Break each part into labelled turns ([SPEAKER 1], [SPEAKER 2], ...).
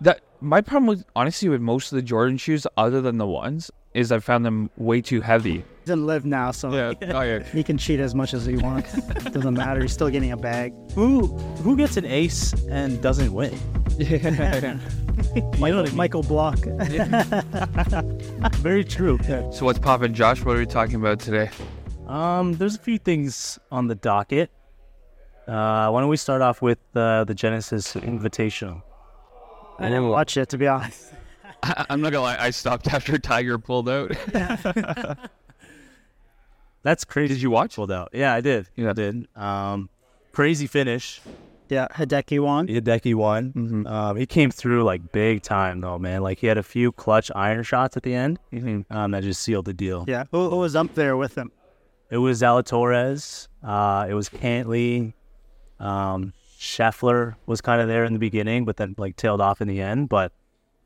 [SPEAKER 1] That my problem with honestly with most of the Jordan shoes, other than the ones, is I found them way too heavy.
[SPEAKER 2] He's in live now, so
[SPEAKER 1] oh yeah.
[SPEAKER 2] he can cheat as much as he wants. it doesn't matter. He's still getting a bag.
[SPEAKER 3] Who who gets an ace and doesn't win?
[SPEAKER 2] Michael, Michael Block.
[SPEAKER 3] Very true.
[SPEAKER 1] So what's poppin', Josh? What are we talking about today?
[SPEAKER 3] Um, there's a few things on the docket. Uh, why don't we start off with uh, the Genesis Invitational?
[SPEAKER 2] I didn't watch it, to be honest.
[SPEAKER 1] I, I'm not gonna lie. I stopped after Tiger pulled out.
[SPEAKER 3] That's crazy.
[SPEAKER 1] Did you watch?
[SPEAKER 3] Pulled out. Yeah, I did.
[SPEAKER 1] Yeah.
[SPEAKER 3] I did. Um, crazy finish.
[SPEAKER 2] Yeah, Hideki Wong.
[SPEAKER 3] Hideki won.
[SPEAKER 1] Mm-hmm.
[SPEAKER 3] Um, he came through like big time though, man. Like he had a few clutch iron shots at the end um, that just sealed the deal.
[SPEAKER 2] Yeah, who, who was up there with him?
[SPEAKER 3] It was Zalatoris. Uh, it was Cantley. Um, Scheffler was kind of there in the beginning, but then like tailed off in the end. But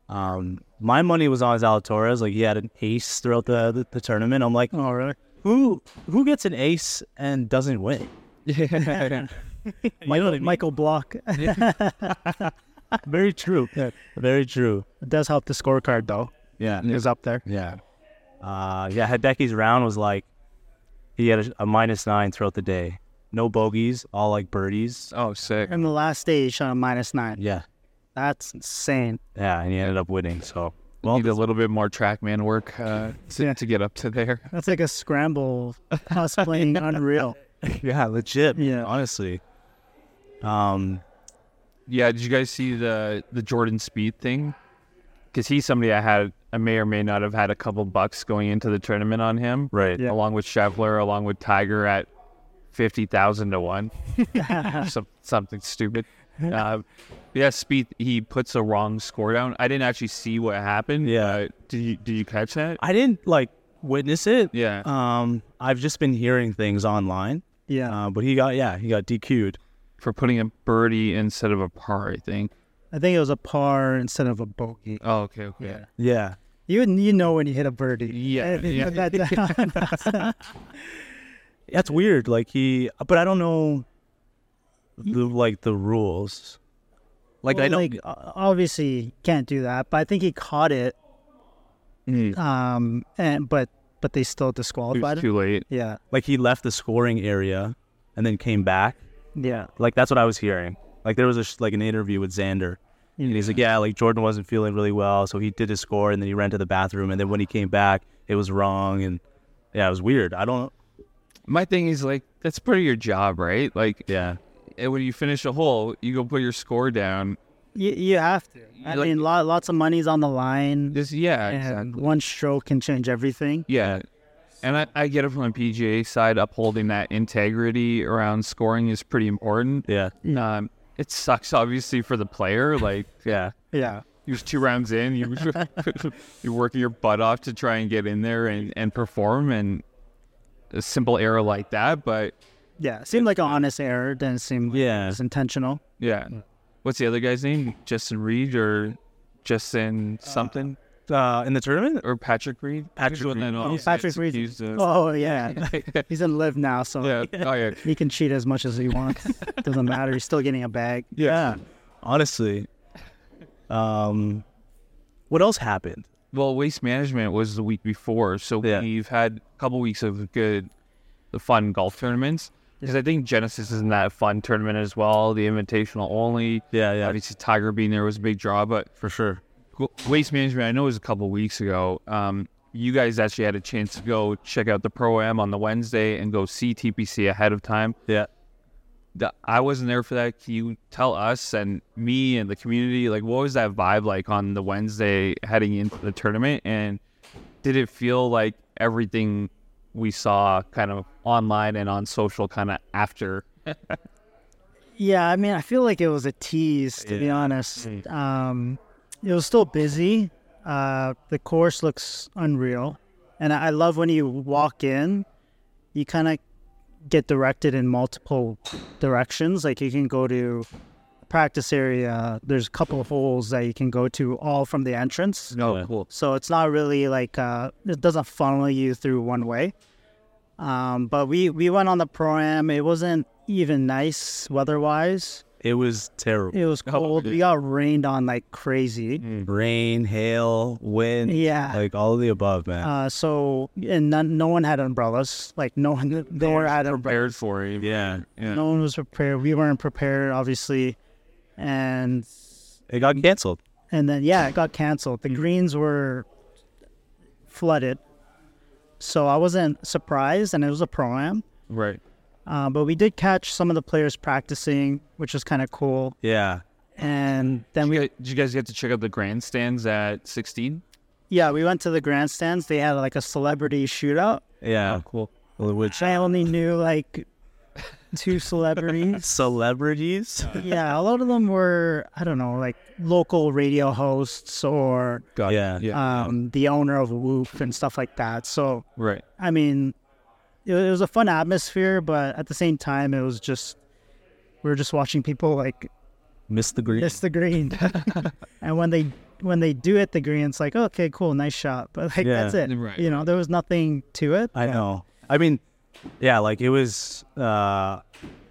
[SPEAKER 3] um, my money was on Zalatoris. Like he had an ace throughout the, the, the tournament. I'm like,
[SPEAKER 2] Oh, really?
[SPEAKER 3] who who gets an ace and doesn't win?
[SPEAKER 2] Michael, Michael Block. it
[SPEAKER 3] Very true. Very true.
[SPEAKER 2] does help the scorecard, though.
[SPEAKER 3] Yeah.
[SPEAKER 2] He was up there.
[SPEAKER 3] Yeah. Uh, yeah, Hideki's round was like he had a, a minus nine throughout the day. No bogeys, all like birdies.
[SPEAKER 1] Oh, sick.
[SPEAKER 2] In the last day, he shot a minus nine.
[SPEAKER 3] Yeah.
[SPEAKER 2] That's insane.
[SPEAKER 3] Yeah, and he ended up winning. So
[SPEAKER 1] Well, need a little bit more TrackMan work uh, to, to get up to there.
[SPEAKER 2] That's like a scramble, us playing Unreal.
[SPEAKER 3] Yeah, legit.
[SPEAKER 2] Yeah.
[SPEAKER 3] Honestly. Um
[SPEAKER 1] Yeah, did you guys see the the Jordan Speed thing? Because he's somebody I had, I may or may not have had a couple bucks going into the tournament on him,
[SPEAKER 3] Right.
[SPEAKER 2] Yeah.
[SPEAKER 1] Along with Scheffler, along with Tiger at fifty thousand to one, Some, something stupid. Uh, yeah, Speed he puts a wrong score down. I didn't actually see what happened.
[SPEAKER 3] Yeah.
[SPEAKER 1] uh, did you did you catch that?
[SPEAKER 3] I didn't like witness it.
[SPEAKER 1] Yeah.
[SPEAKER 3] Um I've just been hearing things online.
[SPEAKER 2] Yeah.
[SPEAKER 3] Uh, but he got yeah, he got DQ'd.
[SPEAKER 1] For putting a birdie instead of a par, I think.
[SPEAKER 2] I think it was a par instead of a bogey.
[SPEAKER 1] Oh, okay, okay. Yeah.
[SPEAKER 3] Yeah.
[SPEAKER 2] You you know when you hit a birdie.
[SPEAKER 1] Yeah,
[SPEAKER 2] I mean,
[SPEAKER 1] yeah.
[SPEAKER 2] that- that-
[SPEAKER 3] That's weird. Like he but I don't know the like the rules. Like I
[SPEAKER 2] well,
[SPEAKER 3] know
[SPEAKER 2] like, o- obviously you can't do that, but I think he caught it.
[SPEAKER 1] Mm.
[SPEAKER 2] Um, and but but they still
[SPEAKER 1] It
[SPEAKER 2] disqualified
[SPEAKER 1] was
[SPEAKER 2] him.
[SPEAKER 1] too late.
[SPEAKER 2] Yeah,
[SPEAKER 3] like he left the scoring area and then came back.
[SPEAKER 2] yeah,
[SPEAKER 3] Like that's what I was hearing. Like there was a sh- like an interview with Xander, and he's like, yeah, like Jordan wasn't feeling really well, so he did his score, and then he ran to the bathroom, and then when he came back, it was wrong, and yeah, it was weird. I don't.
[SPEAKER 1] My thing is like that's part of your job, right? Like
[SPEAKER 3] Yeah,
[SPEAKER 1] and when you finish a hole, you go put your score down.
[SPEAKER 2] you, you have to. I
[SPEAKER 1] like-
[SPEAKER 2] mean, lot, lots of money's on the line,
[SPEAKER 1] Just yeah,
[SPEAKER 2] and
[SPEAKER 1] exactly.
[SPEAKER 2] one stroke can change everything.
[SPEAKER 1] Yeah. And I, I get it from the PGA side, upholding that integrity around scoring is pretty important.
[SPEAKER 3] yeah,
[SPEAKER 1] Um, it sucks obviously for the player. Like
[SPEAKER 3] yeah,
[SPEAKER 2] Yeah,
[SPEAKER 1] you're two rounds in, you you're working your butt off to try and get in there and, and perform and a simple error like that, but
[SPEAKER 2] yeah. It seemed like an honest error. Didn't seem like
[SPEAKER 3] Yeah.
[SPEAKER 2] it was intentional.
[SPEAKER 1] yeah. What's the other guy's name? Justin Reed or Justin something?
[SPEAKER 3] Uh, in the tournament,
[SPEAKER 1] or Patrick Reed?
[SPEAKER 3] Patrick
[SPEAKER 1] Who's the one
[SPEAKER 3] Reed.
[SPEAKER 1] that
[SPEAKER 3] Oh,
[SPEAKER 1] always
[SPEAKER 2] Patrick
[SPEAKER 1] gets
[SPEAKER 2] Reed.
[SPEAKER 1] accused of-
[SPEAKER 2] Oh yeah,
[SPEAKER 1] yeah.
[SPEAKER 2] he's in live now, so
[SPEAKER 1] Oh uh, yeah.
[SPEAKER 2] he can cheat as much as he wants. Doesn't matter. He's still getting a bag.
[SPEAKER 3] yeah. Honestly, um, what else happened?
[SPEAKER 1] Well, waste management was the week before, so
[SPEAKER 3] Yeah.
[SPEAKER 1] we've had a couple weeks of good, the fun golf tournaments. Because I think Genesis isn't that fun tournament as well. The Invitational only.
[SPEAKER 3] Yeah, yeah,
[SPEAKER 1] Obviously, Tiger being there was a big draw, but
[SPEAKER 3] for sure.
[SPEAKER 1] Go- waste management. I know it was a couple weeks ago. Um, you guys actually had a chance to go check out the pro am on the Wednesday and go see TPC ahead of time.
[SPEAKER 3] Yeah.
[SPEAKER 1] The, I wasn't there for that. Can you tell us and me and the community like what was that vibe like on the Wednesday heading into the tournament? And did it feel like everything we saw kind of online and on social kind of after?
[SPEAKER 2] Yeah, I mean, I feel like it was a tease to be
[SPEAKER 3] Yeah. Hmm.
[SPEAKER 2] honest. Um, it was still busy. Uh, the course looks unreal, and I I love when you walk in, you kind of get directed in multiple directions. Like you can go to practice area. There's a couple of holes that you can go to, all from the entrance.
[SPEAKER 1] No,
[SPEAKER 3] Yeah.
[SPEAKER 1] cool.
[SPEAKER 2] So it's not really like uh, it doesn't funnel you through one way. Um, but we we went on the pro am. It wasn't even nice weather wise.
[SPEAKER 3] It was terrible.
[SPEAKER 2] It was cold. We got rained on like crazy.
[SPEAKER 3] Mm. Rain, hail, wind,
[SPEAKER 2] Yeah.
[SPEAKER 3] like all of the above, man.
[SPEAKER 2] Uh, so and none, no one had umbrellas. Like no one, no one had umbrellas.
[SPEAKER 1] prepared for it.
[SPEAKER 3] yeah,
[SPEAKER 1] Yeah.
[SPEAKER 2] No one was prepared. We weren't prepared, obviously, and
[SPEAKER 3] it got canceled.
[SPEAKER 2] and then yeah, it got canceled. The greens were flooded, so I wasn't surprised, and it was a pro am.
[SPEAKER 1] Right.
[SPEAKER 2] Uh, but we did catch some of the players practicing, which was kind of cool.
[SPEAKER 3] Yeah,
[SPEAKER 2] And
[SPEAKER 1] Did
[SPEAKER 2] then we
[SPEAKER 1] you, guys, did you guys get to check out the grandstands at 16?
[SPEAKER 2] yeah we went to the grandstands. They had like a celebrity shootout.
[SPEAKER 3] yeah.
[SPEAKER 1] Oh, cool.
[SPEAKER 3] Which
[SPEAKER 2] I only knew like two celebrities.
[SPEAKER 3] celebrities?
[SPEAKER 2] yeah, a lot of them were I don't know, like local radio hosts or
[SPEAKER 1] Got it.
[SPEAKER 3] Yeah.
[SPEAKER 1] Yeah.
[SPEAKER 2] um, the owner of Whoop and stuff like that. So
[SPEAKER 1] right.
[SPEAKER 2] I mean, it, it was a fun atmosphere, but at the same time, it was just we were just watching people like
[SPEAKER 3] Missed the green.
[SPEAKER 2] miss the green, and when they when they do hit the green, it's like okay, cool, nice shot, but like
[SPEAKER 3] Yeah.
[SPEAKER 2] that's it.
[SPEAKER 1] Right.
[SPEAKER 2] You know, there was nothing to it.
[SPEAKER 3] I know. I mean, yeah, like it was uh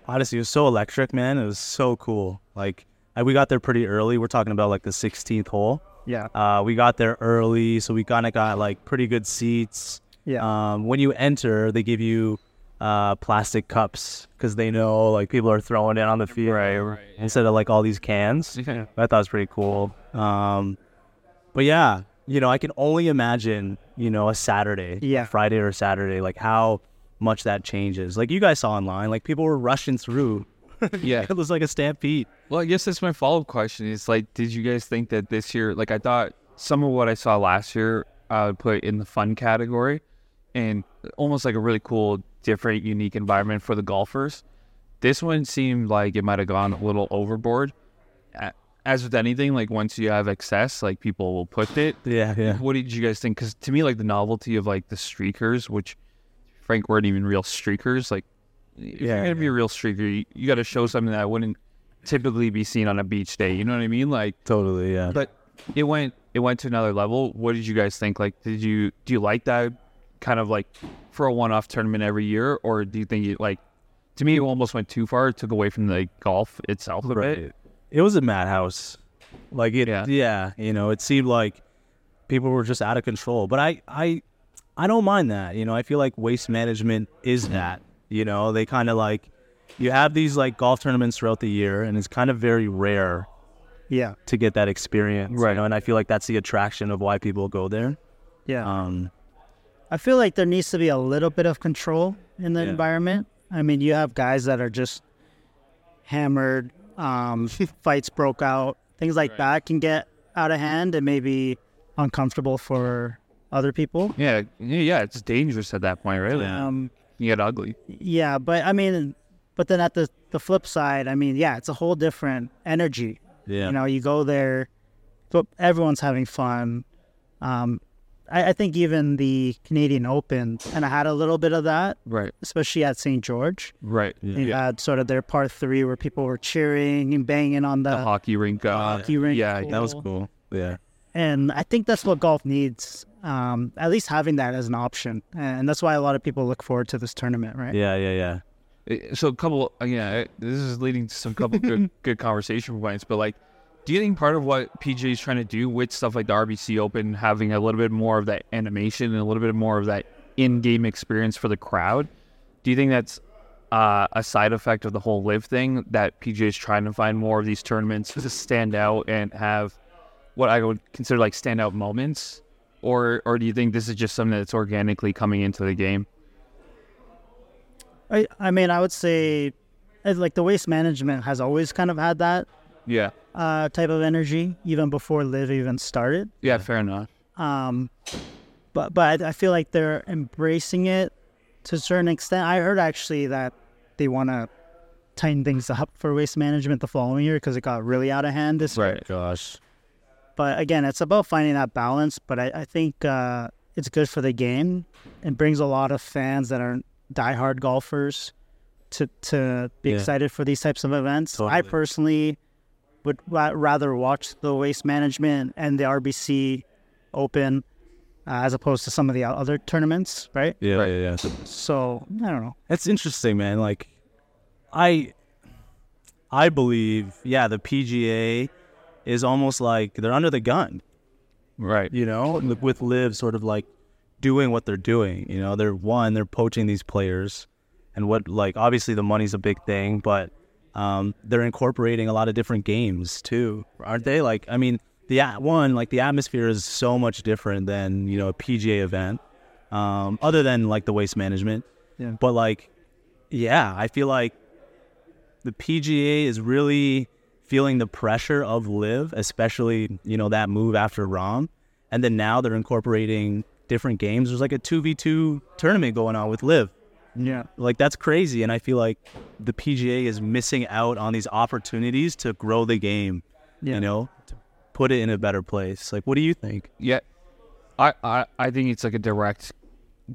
[SPEAKER 3] honestly it was so electric, man. It was so cool. Like I, we got there pretty early. We're talking about like the 16th hole.
[SPEAKER 2] Yeah,
[SPEAKER 3] Uh we got there early, so we kind of got like pretty good seats.
[SPEAKER 2] yeah,
[SPEAKER 3] Um when you enter, they give you uh plastic cups cuz they know like people are throwing it on the field. Right,
[SPEAKER 1] right,
[SPEAKER 3] Instead of like all these cans.
[SPEAKER 1] Yeah.
[SPEAKER 3] I thought it was pretty cool. Um, but yeah, you know, I can only imagine, you know, a Saturday,
[SPEAKER 2] Yeah.
[SPEAKER 3] Friday or Saturday, like how much that changes. Like you guys saw online, like people were rushing through.
[SPEAKER 1] Yeah.
[SPEAKER 3] It was like a stampede.
[SPEAKER 1] Well, I guess that's my follow up question. Is like, did you guys think that this year, like, I thought some of what I saw last year, I would put in the fun category and almost like a really cool, different, unique environment for the golfers. This one seemed like it might have gone a little overboard. A- As with anything, like, once you have excess, like, people will push it.
[SPEAKER 3] Yeah, yeah.
[SPEAKER 1] What did you guys think? Because to me, like, the novelty of like the streakers, which Frank weren't even real streakers, like, if you're
[SPEAKER 3] Yeah,
[SPEAKER 1] gonna
[SPEAKER 3] yeah.
[SPEAKER 1] be a real streaker, you, you got to show something that wouldn't typically be seen on a beach day. You know what I mean? Like,
[SPEAKER 3] Totally, yeah.
[SPEAKER 1] but it went it went to another level. What did you guys think? Like, did you do you like that kind of like for a one off tournament every year, or do you think it like to me it almost went too far? It took away from the golf itself a bit.
[SPEAKER 3] Right. It was a madhouse. Like it
[SPEAKER 1] Yeah.
[SPEAKER 3] yeah. you know, it seemed like people were just out of control. But I I I don't mind that. You know, I feel like waste management is that. You know, they kind of like you have these like golf tournaments throughout the year and it's kind of very rare
[SPEAKER 2] yeah,
[SPEAKER 3] to get that experience. You
[SPEAKER 1] Right.
[SPEAKER 3] know? And I feel like that's the attraction of why people go there.
[SPEAKER 2] yeah.
[SPEAKER 3] Um
[SPEAKER 2] I feel like there needs to be a little bit of control in the
[SPEAKER 3] Yeah.
[SPEAKER 2] environment. I mean, you have guys that are just hammered, um, fights broke out, things like that can get out of hand and maybe uncomfortable for other people.
[SPEAKER 1] Yeah, yeah, yeah. It's dangerous at that point, right?
[SPEAKER 3] Yeah.
[SPEAKER 2] Um,
[SPEAKER 1] You get ugly.
[SPEAKER 2] yeah, but I mean, but then at the the flip side, I mean, yeah, it's a whole different energy.
[SPEAKER 3] yeah.
[SPEAKER 2] You know, you go there, but everyone's having fun. Um, I, I think even the Canadian Open, and I had a little bit of that
[SPEAKER 1] Right.
[SPEAKER 2] especially at St. George.
[SPEAKER 1] Right.
[SPEAKER 2] They had sort of their part three where people were cheering and banging on the,
[SPEAKER 1] The hockey rink. Uh,
[SPEAKER 2] hockey rink.
[SPEAKER 1] Yeah.
[SPEAKER 3] that was cool. Yeah.
[SPEAKER 2] And I think that's what golf needs, um, at least having that as an option. And that's why a lot of people look forward to this tournament, right?
[SPEAKER 3] Yeah, yeah, yeah.
[SPEAKER 1] Uh, So a couple, uh, yeah, uh, this is leading to some couple good, good conversation points. But like, do you think part of what PJ is trying to do with stuff like the RBC Open, having a little bit more of that animation and a little bit more of that in-game experience for the crowd, do you think that's uh, a side effect of the whole live thing that PJ is trying to find more of these tournaments to stand out and have what I would consider like standout moments, or or do you think this is just something that's organically coming into the game?
[SPEAKER 2] I, I mean, I would say it's like the waste management has always kind of had that
[SPEAKER 1] Yeah,
[SPEAKER 2] uh, type of energy, even before Live even started.
[SPEAKER 1] yeah, fair enough.
[SPEAKER 2] um, but but I I feel like they're embracing it to a certain extent. I heard actually that they want to tighten things up for waste management the following year because it got really out of hand this year.
[SPEAKER 1] Right.
[SPEAKER 3] Gosh.
[SPEAKER 2] But again, it's about finding that balance. But I, I think uh, it's good for the game. It brings a lot of fans that aren't diehard golfers to to be
[SPEAKER 3] Yeah.
[SPEAKER 2] excited for these types of events. I
[SPEAKER 3] Totally.
[SPEAKER 2] personally would ra- rather watch the waste management and the RBC Open uh, as opposed to some of the o- other tournaments, right?
[SPEAKER 3] Yeah,
[SPEAKER 1] Right.
[SPEAKER 3] yeah, yeah.
[SPEAKER 2] So I don't know.
[SPEAKER 3] That's interesting, man. Like, I, I believe, yeah, the PGA is almost like they're under the gun,
[SPEAKER 1] Right.
[SPEAKER 3] you know, and with Live sort of like doing what they're doing. You know, they're one, they're poaching these players, and what like obviously the money's a big thing, but um, they're incorporating a lot of different games too, aren't they? Like, I mean, the at one like the atmosphere is so much different than you know a PGA event, um, other than like the waste management.
[SPEAKER 2] Yeah.
[SPEAKER 3] But like, yeah, I feel like the PGA is really feeling the pressure of live, especially you know that move after Rom, and then now they're incorporating different games. There's like a two v two tournament going on with live.
[SPEAKER 2] Yeah.
[SPEAKER 3] Like that's crazy, and I feel like the PGA is missing out on these opportunities to grow the game.
[SPEAKER 2] Yeah.
[SPEAKER 3] You know, to put it in a better place. Like, what do you think?
[SPEAKER 1] Yeah. I, I, I think it's like a direct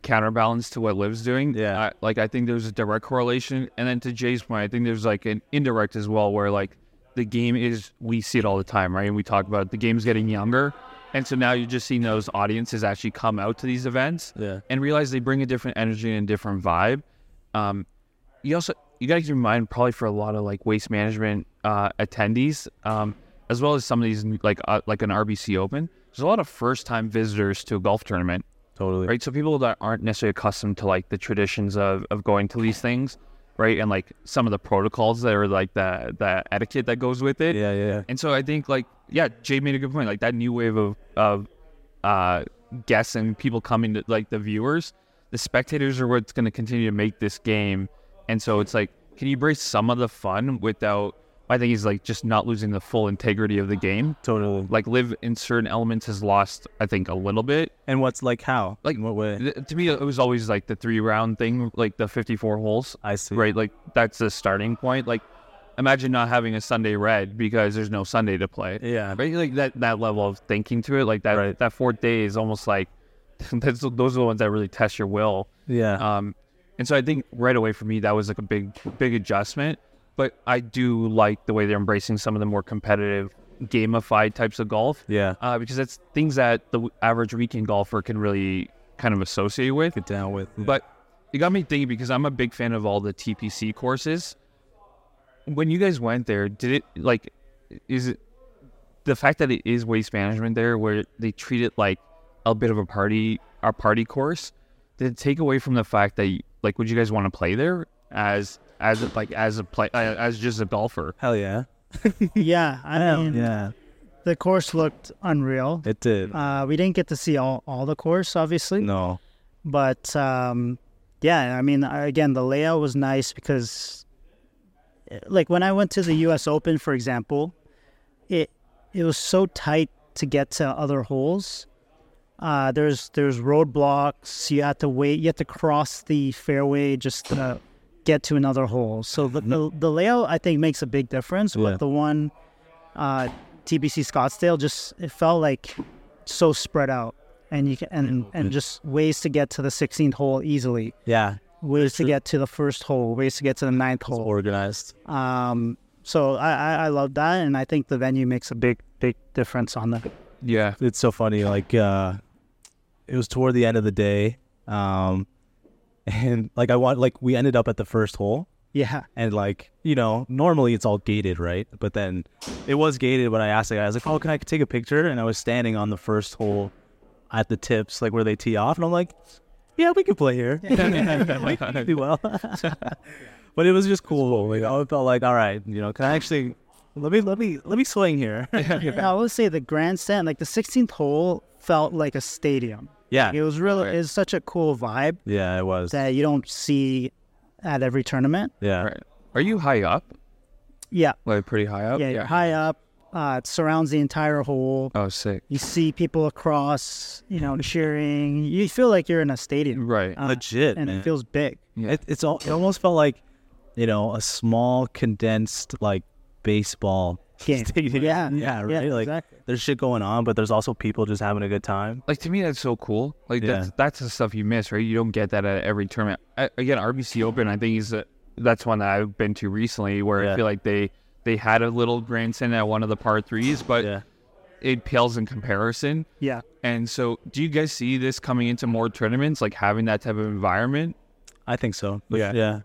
[SPEAKER 1] counterbalance to what Liv's doing.
[SPEAKER 3] Yeah.
[SPEAKER 1] I, like I think there's a direct correlation. And then to Jay's point, I think there's like an indirect as well where like the game is we see it all the time, right? And we talk about it, the game's getting younger. And so now you're just seeing those audiences actually come out to these events
[SPEAKER 3] Yeah.
[SPEAKER 1] and realize they bring a different energy and a different vibe. Um, you also you gotta keep in mind probably for a lot of like waste management uh, attendees, um, as well as some of these like uh, like an RBC Open. There's a lot of first time visitors to a golf tournament,
[SPEAKER 3] Totally.
[SPEAKER 1] right? So people that aren't necessarily accustomed to like the traditions of, of going to these things, right? And like some of the protocols that are like the the etiquette that goes with it.
[SPEAKER 3] Yeah. Yeah.
[SPEAKER 1] And so I think like yeah, Jay made a good point. Like that new wave of of uh guests and people coming to like the viewers, the spectators are what's gonna continue to make this game. And so it's like, can you embrace some of the fun without I think he's like just not losing the full integrity of the game.
[SPEAKER 3] Totally.
[SPEAKER 1] Like live in certain elements has lost, I think, a little bit.
[SPEAKER 3] And what's like how?
[SPEAKER 1] Like
[SPEAKER 3] in what way?
[SPEAKER 1] th- to me, it was always like the three round thing, like the fifty four holes
[SPEAKER 3] I see.
[SPEAKER 1] right? Like that's the starting point. Like imagine not having a Sunday red because there's no Sunday to play.
[SPEAKER 3] Yeah.
[SPEAKER 1] Right? Like that that level of thinking to it, like that
[SPEAKER 3] Right.
[SPEAKER 1] that fourth day is almost like that's those are the ones that really test your will.
[SPEAKER 3] Yeah.
[SPEAKER 1] Um, and so I think right away for me that was like a big big adjustment. But I do like the way they're embracing some of the more competitive gamified types of golf.
[SPEAKER 3] yeah.
[SPEAKER 1] Uh, because that's things that the average weekend golfer can really kind of associate with.
[SPEAKER 3] Get down with. it.
[SPEAKER 1] But it got me thinking because I'm a big fan of all the TPC courses. When you guys went there, did it like is it the fact that it is waste management there where they treat it like a bit of a party a party course? Did it take away from the fact that like would you guys want to play there as as like as a play uh, as just a golfer?
[SPEAKER 3] hell yeah.
[SPEAKER 2] Yeah. I mean,
[SPEAKER 3] yeah.
[SPEAKER 2] the course looked unreal.
[SPEAKER 3] It did.
[SPEAKER 2] Uh, we didn't get to see all, all the course, obviously.
[SPEAKER 3] no.
[SPEAKER 2] but um, yeah, I mean, I- again, the layout was nice because, eh, like, when I went to the U.S. Open, for example, it it was so tight to get to other holes. Uh, there's there's roadblocks. You had to wait. You had to cross the fairway just to get to another hole. So the the, the layout I think makes a big difference.
[SPEAKER 3] Yeah.
[SPEAKER 2] But the one uh, TBC Scottsdale just it felt like so spread out, and you can, and and just ways to get to the 16th hole easily,
[SPEAKER 3] Yeah.
[SPEAKER 2] ways to get to the first hole, ways to get to the ninth hole.
[SPEAKER 3] Organized.
[SPEAKER 2] Um, so I, I I love that, and I think the venue makes a big big difference on that.
[SPEAKER 1] Yeah.
[SPEAKER 3] it's so funny like uh it was toward the end of the day um and like i want like we ended up at the first hole
[SPEAKER 2] Yeah,
[SPEAKER 3] and like you know normally it's all gated right but then it was gated when i asked the guy i was like oh can i take a picture and i was standing on the first hole at the tips like where they tee off and i'm like yeah we could play here we could do well but it was just cool you know? it felt like all right you know can i actually let me let me let me swing here
[SPEAKER 2] And I would say the grandstand, like the 16th hole, felt like a stadium.
[SPEAKER 3] yeah
[SPEAKER 2] It was really it's such a cool vibe
[SPEAKER 3] yeah it was
[SPEAKER 2] that you don't see at every tournament.
[SPEAKER 3] yeah
[SPEAKER 1] Right. Are you high up?
[SPEAKER 2] Yeah,
[SPEAKER 1] Like pretty high up?
[SPEAKER 2] yeah, you're high up. Uh, it surrounds the entire hole.
[SPEAKER 1] Oh sick.
[SPEAKER 2] You see people across, you know, cheering. You feel like you're in a stadium,
[SPEAKER 1] Right.
[SPEAKER 2] Uh,
[SPEAKER 3] legit
[SPEAKER 2] and
[SPEAKER 3] man.
[SPEAKER 2] it feels big.
[SPEAKER 1] Yeah.
[SPEAKER 3] it, it's all it almost felt like you know a small condensed like baseball
[SPEAKER 2] Game.
[SPEAKER 3] stadium.
[SPEAKER 2] Yeah.
[SPEAKER 3] yeah right
[SPEAKER 2] Yeah,
[SPEAKER 3] like
[SPEAKER 2] exactly.
[SPEAKER 3] there's shit going on but there's also people just having a good time
[SPEAKER 1] like to me that's so cool like
[SPEAKER 3] Yeah.
[SPEAKER 1] that's that's the stuff you miss right you don't get that at every tournament I, again rbc open i think is a, that's one that i've been to recently where
[SPEAKER 3] Yeah.
[SPEAKER 1] i feel like they they had a little grandstand at one of the par threes but
[SPEAKER 3] yeah
[SPEAKER 1] it pales in comparison
[SPEAKER 2] Yeah.
[SPEAKER 1] and so do you guys see this coming into more tournaments like having that type of environment
[SPEAKER 3] i think so
[SPEAKER 1] Yeah.
[SPEAKER 3] yeah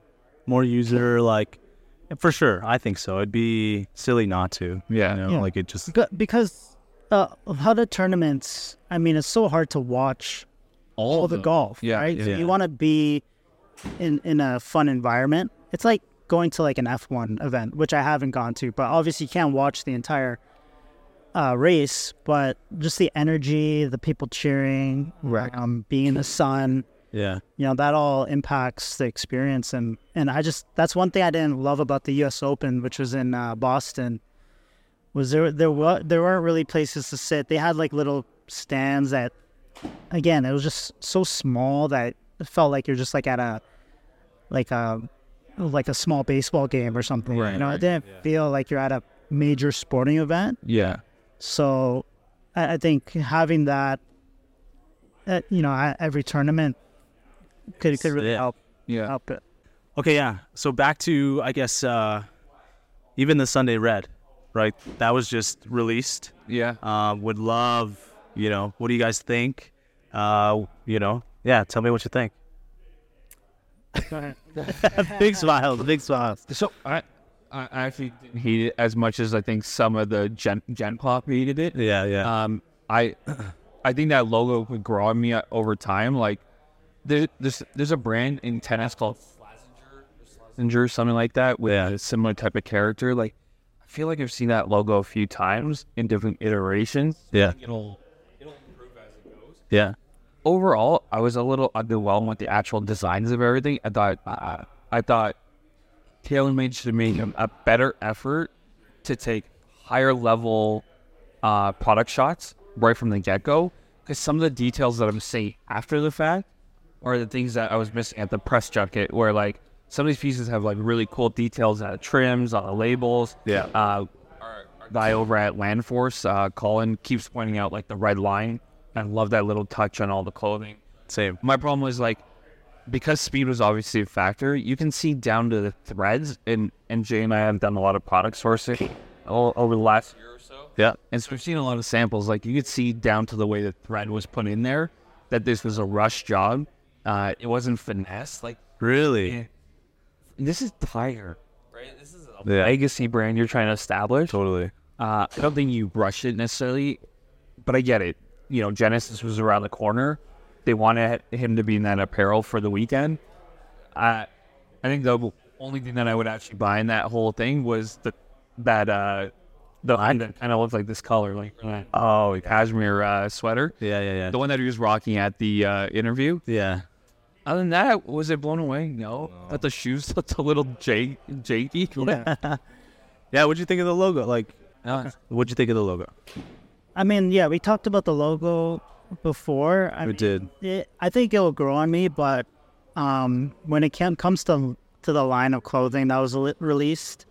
[SPEAKER 3] more user like for sure. I think so. It'd be silly not to.
[SPEAKER 1] Yeah.
[SPEAKER 3] You know,
[SPEAKER 2] Yeah.
[SPEAKER 3] like it just
[SPEAKER 2] Beca- Because uh, of other tournaments, I mean, it's so hard to watch all
[SPEAKER 1] of
[SPEAKER 2] the
[SPEAKER 1] them.
[SPEAKER 2] golf,
[SPEAKER 1] Yeah,
[SPEAKER 2] right?
[SPEAKER 1] yeah.
[SPEAKER 2] You want to be in in a fun environment. It's like going to like an F1 event, which I haven't gone to, but obviously you can't watch the entire uh, race, but just the energy, the people cheering,
[SPEAKER 1] Right.
[SPEAKER 2] um, being in the sun,
[SPEAKER 3] yeah.
[SPEAKER 2] you know, that all impacts the experience. And, and I just, that's one thing I didn't love about the US Open, which was in uh, Boston, was there, there, wa- there weren't really places to sit. They had like little stands that, again, it was just so small that it felt like you're just like at a, like a, like a small baseball game or something.
[SPEAKER 1] Right,
[SPEAKER 2] you know,
[SPEAKER 1] right,
[SPEAKER 2] it didn't feel like you're at a major sporting event.
[SPEAKER 1] Yeah.
[SPEAKER 2] So I, I think having that, at, you know, at every tournament could, could really
[SPEAKER 3] Yeah.
[SPEAKER 2] help,
[SPEAKER 1] Yeah.
[SPEAKER 2] help it.
[SPEAKER 3] Okay, yeah. So back to I guess uh, even the Sunday Red, right? That was just released.
[SPEAKER 1] Yeah.
[SPEAKER 3] Uh, would love, you know, what do you guys think? Uh, you know, yeah. Tell me what you think. big smiles, big smiles.
[SPEAKER 1] So I, I actually didn't hate it as much as I think some of the gen gen pop hated it.
[SPEAKER 3] Yeah, yeah,
[SPEAKER 1] Um, I, I think that logo would grow on me uh, over time. Like, there, there's there's a brand in tennis called Slazenger, Slazenger, something like that, with
[SPEAKER 3] Yeah.
[SPEAKER 1] a similar type of character. Like, I feel like I've seen that logo a few times in different iterations.
[SPEAKER 3] yeah,
[SPEAKER 1] It'll
[SPEAKER 3] yeah.
[SPEAKER 1] overall, I was a little underwhelmed with the actual designs of everything. I thought, uh, I thought TaylorMade should make a better effort to take higher level uh, product shots right from the get go. Because some of the details that I'm seeing after the fact are the things that I was missing at the press junket, where like some of these pieces have like really cool details on the trims, on the labels.
[SPEAKER 3] Yeah.
[SPEAKER 1] Uh, our our guy over at Landforce, uh, Colin, keeps pointing out like the red line. I love that little touch on all the clothing.
[SPEAKER 3] Same.
[SPEAKER 1] My problem was like because speed was obviously a factor, you can see down to the threads. And and Jay and I have done a lot of product sourcing o- over the last year or so.
[SPEAKER 3] Yeah,
[SPEAKER 1] And so we've seen a lot of samples. Like you could see down to the way the thread was put in there that this was a rush job. Uh, it wasn't finesse. Like
[SPEAKER 3] really.
[SPEAKER 1] Yeah. this is tire, right? This is a
[SPEAKER 3] Yeah.
[SPEAKER 1] legacy brand you're trying to establish.
[SPEAKER 3] Totally.
[SPEAKER 1] Uh, I don't think you rush it necessarily, but I get it. You know, Genesis was around the corner. They wanted him to be in that apparel for the weekend. I, I think the only thing that I would actually buy in that whole thing was the that uh, the one that kind of looked like this color, like uh,
[SPEAKER 3] Oh, yeah,
[SPEAKER 1] cashmere uh, sweater,
[SPEAKER 3] yeah, yeah,
[SPEAKER 1] the one that he was rocking at the uh, interview.
[SPEAKER 3] yeah.
[SPEAKER 1] Other than that, was it blown away? No, but the shoes looked a little jake, jakey.
[SPEAKER 3] Yeah. What'd you think of the logo? Like,
[SPEAKER 1] Uh,
[SPEAKER 3] what'd you think of the logo?
[SPEAKER 2] I mean, yeah, we talked about the logo before. I
[SPEAKER 3] We
[SPEAKER 2] mean,
[SPEAKER 3] did.
[SPEAKER 2] It, I think it'll grow on me, but um, when it can, comes to to the line of clothing that was li- released,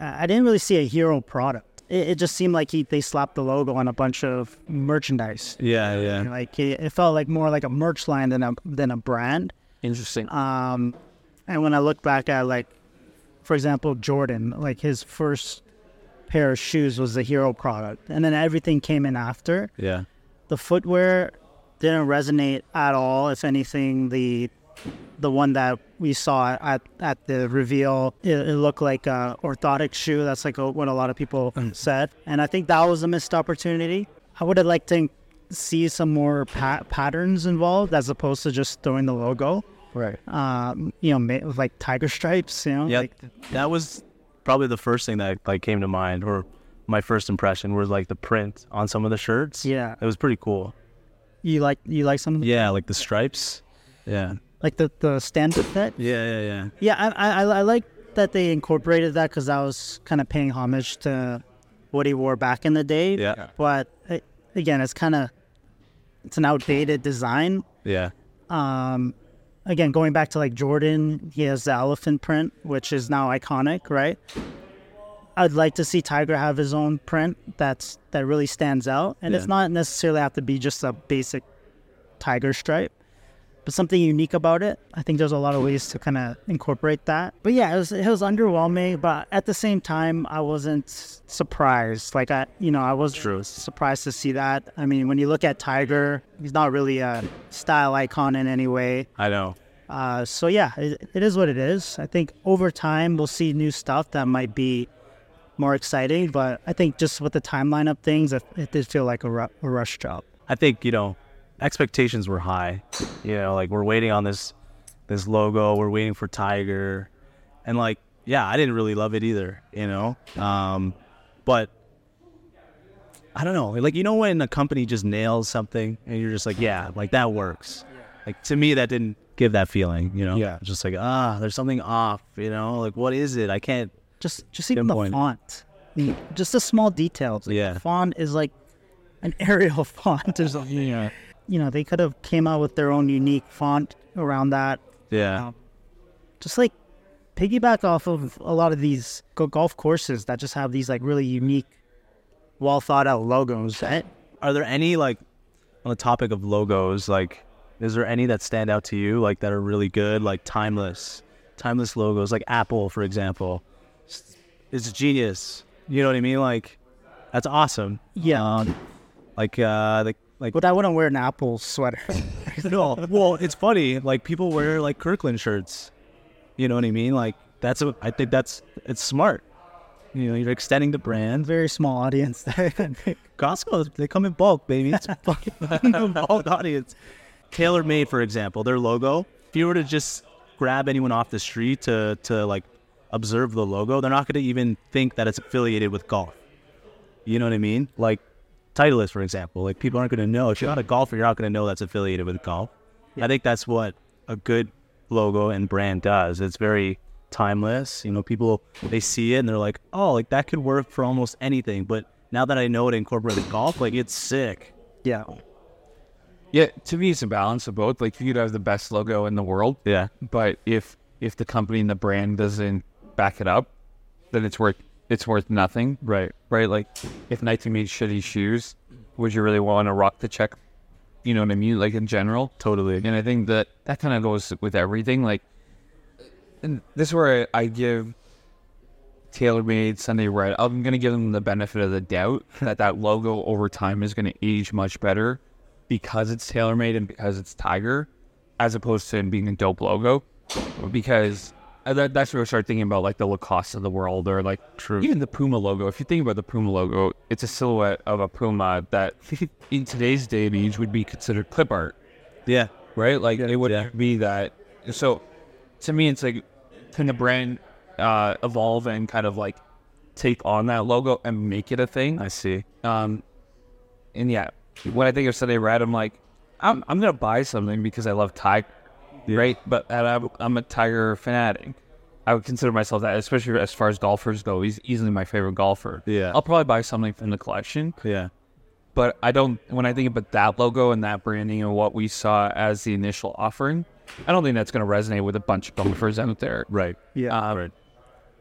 [SPEAKER 2] I I didn't really see a hero product. It, it just seemed like he, they slapped the logo on a bunch of merchandise.
[SPEAKER 3] Yeah, yeah.
[SPEAKER 2] Like it, it felt like more like a merch line than a than a brand.
[SPEAKER 1] interesting.
[SPEAKER 2] Um, and when I look back at like, for example, Jordan, like his first pair of shoes was the Hero product, and then everything came in after.
[SPEAKER 3] Yeah.
[SPEAKER 2] The footwear didn't resonate at all. If anything, the the one that we saw at, at the reveal, it, it looked like a orthotic shoe. That's like what a lot of people said, and I think that was a missed opportunity. I would have liked to see some more pa- patterns involved as opposed to just throwing the logo
[SPEAKER 3] Right.
[SPEAKER 2] um, you know, ma- like tiger stripes, you know,
[SPEAKER 3] Yeah,
[SPEAKER 2] like
[SPEAKER 3] that was probably the first thing that like came to mind, or my first impression was like the print on some of the shirts.
[SPEAKER 2] Yeah.
[SPEAKER 3] it was pretty cool.
[SPEAKER 2] you like you like some
[SPEAKER 3] Yeah, like the stripes. Yeah,
[SPEAKER 2] like the the stand set.
[SPEAKER 3] yeah, yeah, yeah.
[SPEAKER 2] Yeah, I I, I like that they incorporated that because I was kind of paying homage to what he wore back in the day.
[SPEAKER 3] Yeah. Yeah.
[SPEAKER 2] but uh, again, it's kind of it's an outdated design.
[SPEAKER 3] Yeah,
[SPEAKER 2] Um, again, going back to like Jordan, he has the elephant print, which is now iconic, right? I'd like to see Tiger have his own print that's that really stands out, and it's
[SPEAKER 3] Yeah.
[SPEAKER 2] not necessarily have to be just a basic tiger stripe, but something unique about it. I think there's a lot of ways to kind of incorporate that. But yeah, it was it was underwhelming, but at the same time, I wasn't surprised. Like I, you know, I was surprised to see that. I mean, when you look at Tiger, he's not really a style icon in any way.
[SPEAKER 3] I know.
[SPEAKER 2] Uh, so yeah, it, it is what it is. I think over time we'll see new stuff that might be more exciting, but I think just with the timeline of things, it, it did feel like a, ru- a rush job.
[SPEAKER 3] I think you know expectations were high. You know, like we're waiting on this this logo, we're waiting for Tiger, and like yeah, I didn't really love it either. You know, um, but I don't know. Like you know when a company just nails something and you're just like yeah, like that works. Like to me, that didn't give that feeling. You know,
[SPEAKER 1] Yeah.
[SPEAKER 3] just like ah, there's something off. You know, like what is it? I can't.
[SPEAKER 2] Just just even
[SPEAKER 3] Good
[SPEAKER 2] the
[SPEAKER 3] point.
[SPEAKER 2] font, The- just the small details. Like,
[SPEAKER 3] Yeah.
[SPEAKER 2] the font is like an Arial font or something.
[SPEAKER 1] Yeah.
[SPEAKER 2] You know, they could have came out with their own unique font around that.
[SPEAKER 3] Yeah.
[SPEAKER 2] Um, just like piggyback off of a lot of these go- golf courses that just have these like really unique, well thought out logos. That
[SPEAKER 3] are there any like on the topic of logos like is there any that stand out to you like that are really good like timeless timeless logos like apple for example S- it's genius you know what i mean like that's awesome
[SPEAKER 2] Yeah.
[SPEAKER 3] Um, like uh like like
[SPEAKER 2] but I wouldn't wear an Apple sweater.
[SPEAKER 3] no well it's funny like people wear like kirkland shirts you know what i mean like that's a, i think that's it's smart you know you're extending the brand
[SPEAKER 2] Very small audience there.
[SPEAKER 3] Costco, they come in bulk, baby. It's fucking bulk audience. TaylorMade, for example, their logo. If you were to just grab anyone off the street to to like observe the logo, they're not going to even think that it's affiliated with golf. You know what I mean? Like Titleist, for example, like people aren't going to know. If you're not a golfer, you're not going to know that's affiliated with golf. I think that's what a good logo and brand does. It's very timeless. You know, people they see it and they're like, oh, like that could work for almost anything. But now that I know it incorporated golf, like it's sick.
[SPEAKER 2] yeah.
[SPEAKER 1] Yeah. To me, it's a balance of both. Like you could have the best logo in the world,
[SPEAKER 3] Yeah.
[SPEAKER 1] but if if the company and the brand doesn't back it up, then it's worth it's worth nothing.
[SPEAKER 3] Right.
[SPEAKER 1] right? Like if Nike made shitty shoes, would you really want to rock the check? You know what I mean? Like in general,
[SPEAKER 3] Totally.
[SPEAKER 1] And I think that that kind of goes with everything. Like, and this is where I, I give TaylorMade Sunday Red. I'm gonna give them the benefit of the doubt that that logo over time is gonna age much better because it's TaylorMade and because it's Tiger, as opposed to it being a dope logo. Because uh, that, that's where I start thinking about like the Lacoste of the world or like
[SPEAKER 3] True.
[SPEAKER 1] even the Puma logo. If you think about the Puma logo, it's a silhouette of a Puma that in today's day and age would be considered clip art
[SPEAKER 3] Yeah.
[SPEAKER 1] right? Like it would
[SPEAKER 3] Yeah.
[SPEAKER 1] not be that. So to me, it's like can the brand uh, evolve and kind of like take on that logo and make it a thing?
[SPEAKER 3] I see.
[SPEAKER 1] Um, and yeah, when I think of Sunday Red, I'm like, I'm, I'm gonna buy something because I love Tiger, right? But and I'm, I'm a Tiger fanatic. I would consider myself that, especially as far as golfers go. He's easily my favorite golfer.
[SPEAKER 3] Yeah.
[SPEAKER 1] I'll probably buy something from the collection
[SPEAKER 3] Yeah.
[SPEAKER 1] but I don't. When I think about that logo and that branding and what we saw as the initial offering, I don't think that's going to resonate with a bunch of golfers out there.
[SPEAKER 3] Right.
[SPEAKER 2] Yeah.
[SPEAKER 1] Um,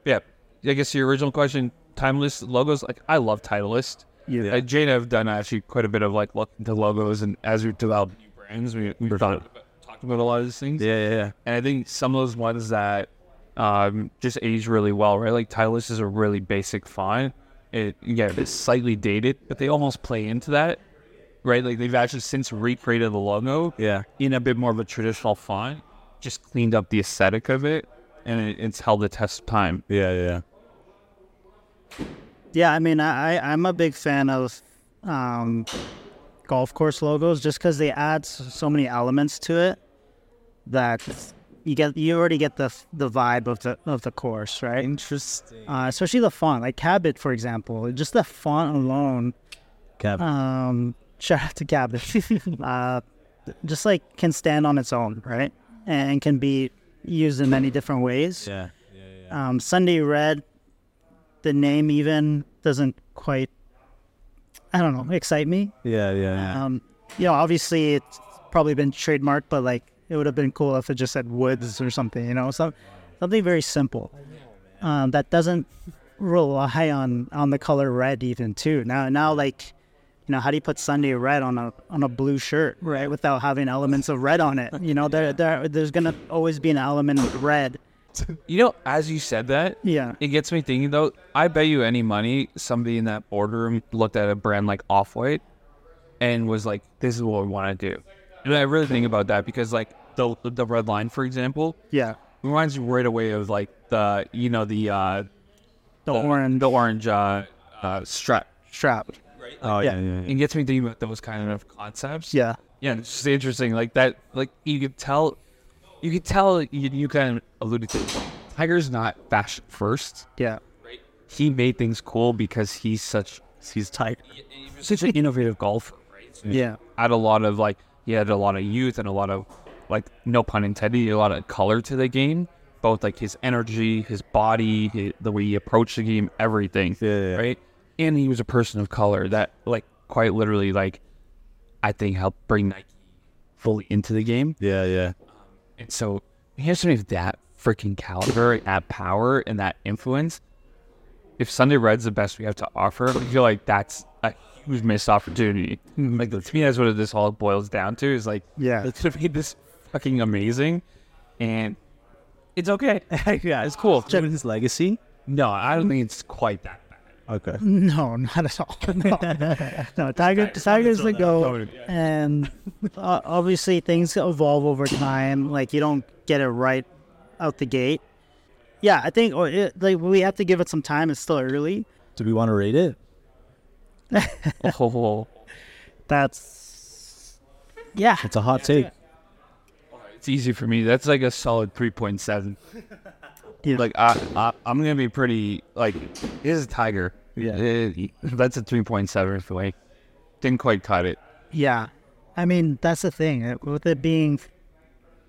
[SPEAKER 1] Yeah. I guess your original question, timeless logos. Like I love Titleist.
[SPEAKER 2] Yeah.
[SPEAKER 1] Uh, Jane, I've done actually quite a bit of like look into logos, and as we develop new brands, we we
[SPEAKER 3] For
[SPEAKER 1] talked
[SPEAKER 3] sure.
[SPEAKER 1] about, talked about a lot of these things.
[SPEAKER 3] Yeah. Yeah. yeah.
[SPEAKER 1] And I think some of those ones that um, just age really well, right? Like Titleist is a really basic font. It yeah, it's slightly dated, but they almost play into that, right? Like they've actually since recreated the logo,
[SPEAKER 3] Yeah.
[SPEAKER 1] in a bit more of a traditional font, just cleaned up the aesthetic of it, and it, it's held the test of time.
[SPEAKER 3] Yeah. Yeah.
[SPEAKER 2] Yeah, I mean, I I- I'm a big fan of um, golf course logos just because they add s- so many elements to it that you get you already get the f- the vibe of the of the course, right?
[SPEAKER 3] Interesting.
[SPEAKER 2] Uh, especially the font, like Cabot, for example. Just the font alone.
[SPEAKER 3] Cap.
[SPEAKER 2] Um, shout out to Cabot. uh, just like can stand on its own, right? And can be used in many different ways
[SPEAKER 3] yeah.
[SPEAKER 2] um, Sunday Red, the name even doesn't quite, I don't know, excite me.
[SPEAKER 3] Yeah. Yeah. Yeah.
[SPEAKER 2] Um, you know, obviously it's probably been trademarked, but like it would have been cool if it just said Woods or something, you know, some, something very simple um, that doesn't rely on on the color red even too. Now, now like. You know, how do you put Sunday red on a on a blue shirt, right? Without having elements of red on it. You know, there, there there's gonna always be an element of red.
[SPEAKER 1] You know, as you said that,
[SPEAKER 2] Yeah.
[SPEAKER 1] it gets me thinking though. I bet you any money somebody in that boardroom looked at a brand like Off White and was like, "This is what we want to do." And I really think about that because like the the red line, for example,
[SPEAKER 2] Yeah.
[SPEAKER 1] reminds me right away of like the you know the uh,
[SPEAKER 2] The orange
[SPEAKER 1] the orange uh, uh, strap,
[SPEAKER 2] strap.
[SPEAKER 3] Oh
[SPEAKER 2] Yeah.
[SPEAKER 3] yeah, yeah, yeah.
[SPEAKER 1] and gets me thinking about those kind of concepts.
[SPEAKER 2] Yeah.
[SPEAKER 1] yeah, it's just interesting. Like that, like you could tell, you could tell you, you kind of alluded to. it. Tiger's not fashion first.
[SPEAKER 2] Yeah.
[SPEAKER 1] He made things cool because he's such
[SPEAKER 3] He's tight.
[SPEAKER 1] such an innovative golfer. Right? So
[SPEAKER 2] Yeah.
[SPEAKER 1] had a lot of like he had a lot of youth and a lot of like no pun intended a lot of color to the game both like his energy his body hi the way he approached the game everything
[SPEAKER 3] Yeah, yeah.
[SPEAKER 1] right and he was a person of color that like quite literally like i think helped bring nike fully into the game
[SPEAKER 3] Yeah, yeah.
[SPEAKER 1] and so he has somebody of that freaking caliber that power and that influence if sunday red's the best we have to offer i feel like that's a huge missed opportunity like to me that's what this all boils down to is like
[SPEAKER 2] Yeah.
[SPEAKER 1] it could have made this fucking amazing and it's okay
[SPEAKER 3] yeah,
[SPEAKER 1] it's cool
[SPEAKER 3] Check his legacy.
[SPEAKER 1] no i don't think it's quite that bad
[SPEAKER 3] Okay.
[SPEAKER 2] No, not at all. No, no Tiger, Tiger's the goat, and uh, obviously things evolve over time. Like you don't get it right out the gate. Yeah, I think or it, like we have to give it some time. It's still early.
[SPEAKER 3] Do we want to rate it?
[SPEAKER 1] oh
[SPEAKER 2] That's yeah,
[SPEAKER 3] It's a hot take.
[SPEAKER 1] it's easy for me that's like a solid 3.7
[SPEAKER 2] yeah.
[SPEAKER 1] like I, I i'm gonna be pretty like he's a tiger
[SPEAKER 3] Yeah.
[SPEAKER 1] Uh, that's a 3.7 for me didn't quite cut it
[SPEAKER 2] yeah. I mean that's the thing uh, with it being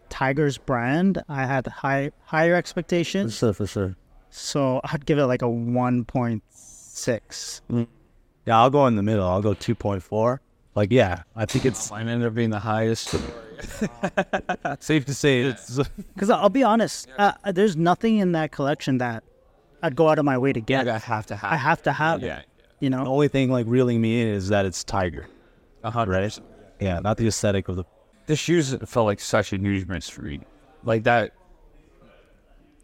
[SPEAKER 2] Tiger's brand. I had high higher
[SPEAKER 3] For
[SPEAKER 2] expectations,
[SPEAKER 3] sure, for sure.
[SPEAKER 2] so I'd give it like a one point six.
[SPEAKER 3] Yeah, I'll go in the middle. I'll go 2.4. Like, yeah, I think it's
[SPEAKER 1] mine ended up being the highest
[SPEAKER 3] safe to say it's.
[SPEAKER 2] Because I'll be honest, uh, there's nothing in that collection that I'd go out of my way to get.
[SPEAKER 1] like i have to have
[SPEAKER 2] I have to have
[SPEAKER 1] yeah
[SPEAKER 2] it. You know?
[SPEAKER 3] The only thing like reeling me in is that it's Tiger,
[SPEAKER 1] a hundred
[SPEAKER 3] right? Yeah, not the aesthetic of the.
[SPEAKER 1] the shoes felt like such a huge mystery. Like that,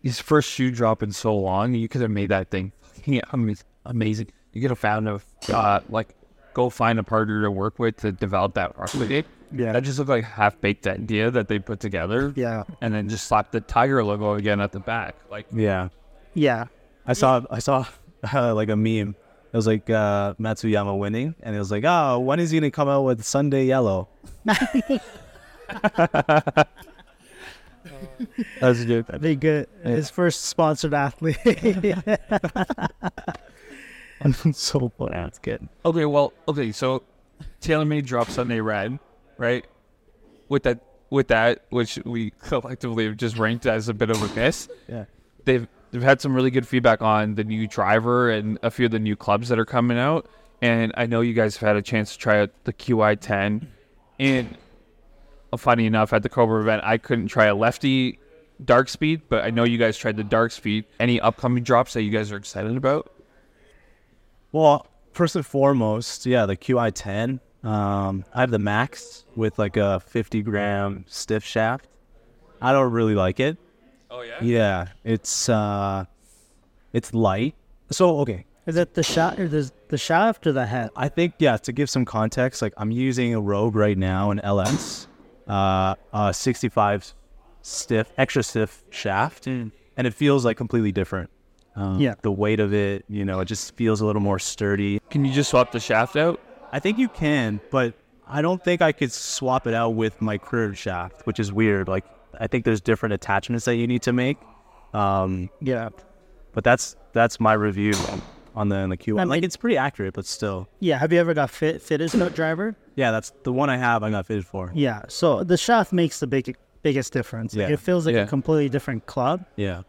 [SPEAKER 1] his first shoe drop in so long, you could have made that thing fucking am- amazing. You could have found a uh, like, go find a partner to work with to develop that archetype.
[SPEAKER 2] Yeah.
[SPEAKER 1] that just looked like half baked idea that they put together.
[SPEAKER 2] Yeah.
[SPEAKER 1] and then just slapped the tiger logo again at the back. Like,
[SPEAKER 3] Yeah,
[SPEAKER 2] Yeah.
[SPEAKER 3] I saw I saw uh, like a meme. It was like uh, Matsuyama winning, and it was like, oh, when is he gonna come out with Sunday Yellow? That's good.
[SPEAKER 2] Be good. His first sponsored athlete. yeah.
[SPEAKER 3] I'm so funny. That's good.
[SPEAKER 1] okay, well, okay, so TaylorMade dropped Sunday Red, right? With that, with that, which we collectively have just ranked as a bit of a miss.
[SPEAKER 3] Yeah.
[SPEAKER 1] they've they've had some really good feedback on the new driver and a few of the new clubs that are coming out. And I know you guys have had a chance to try out the QI10. And uh, funny enough, at the Cobra event, I couldn't try a lefty dark speed, but I know you guys tried the dark speed. Any upcoming drops that you guys are excited about?
[SPEAKER 3] Well, first and foremost, yeah, the QI10. Um, I have the Max with like a 50 gram stiff shaft. I don't really like it.
[SPEAKER 1] Oh
[SPEAKER 3] Yeah, it's uh, it's light. So okay,
[SPEAKER 2] Is it the shot or the, the shaft or the head?
[SPEAKER 3] I think yeah. To give some context, like I'm using a Rogue right now, an LS, uh, uh 65 stiff, extra stiff shaft, and it feels like completely different. Um,
[SPEAKER 2] Yeah.
[SPEAKER 3] the weight of it, you know, it just feels a little more sturdy.
[SPEAKER 1] Can you just swap the shaft out?
[SPEAKER 3] I think you can, but I don't think I could swap it out with my curved shaft, which is weird. Like I think there's different attachments that you need to make. Um,
[SPEAKER 2] Yeah.
[SPEAKER 3] but that's that's my review on the on the Q1.
[SPEAKER 2] I mean-
[SPEAKER 3] like it's pretty accurate, but still,
[SPEAKER 2] Yeah. Have you ever got fit fitted as a driver?
[SPEAKER 3] yeah, that's the one I have. I got fitted for.
[SPEAKER 2] Yeah. So the shaft makes the big biggest difference. Like,
[SPEAKER 3] Yeah.
[SPEAKER 2] It feels like
[SPEAKER 1] Yeah.
[SPEAKER 2] a completely different club.
[SPEAKER 3] Yeah,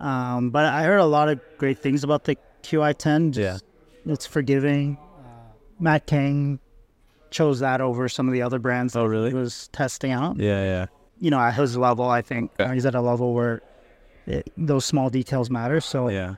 [SPEAKER 2] Um, but I heard a lot of great things about the QI10. Just, yeah. It's forgiving.
[SPEAKER 3] Uh,
[SPEAKER 2] Matt King chose that over some of the other brands
[SPEAKER 3] Oh,
[SPEAKER 2] that
[SPEAKER 3] really?
[SPEAKER 2] he was testing out.
[SPEAKER 3] yeah, yeah.
[SPEAKER 2] You know, at his level, I think uh, he's at a level where it, those small details matter. So,
[SPEAKER 3] Yeah.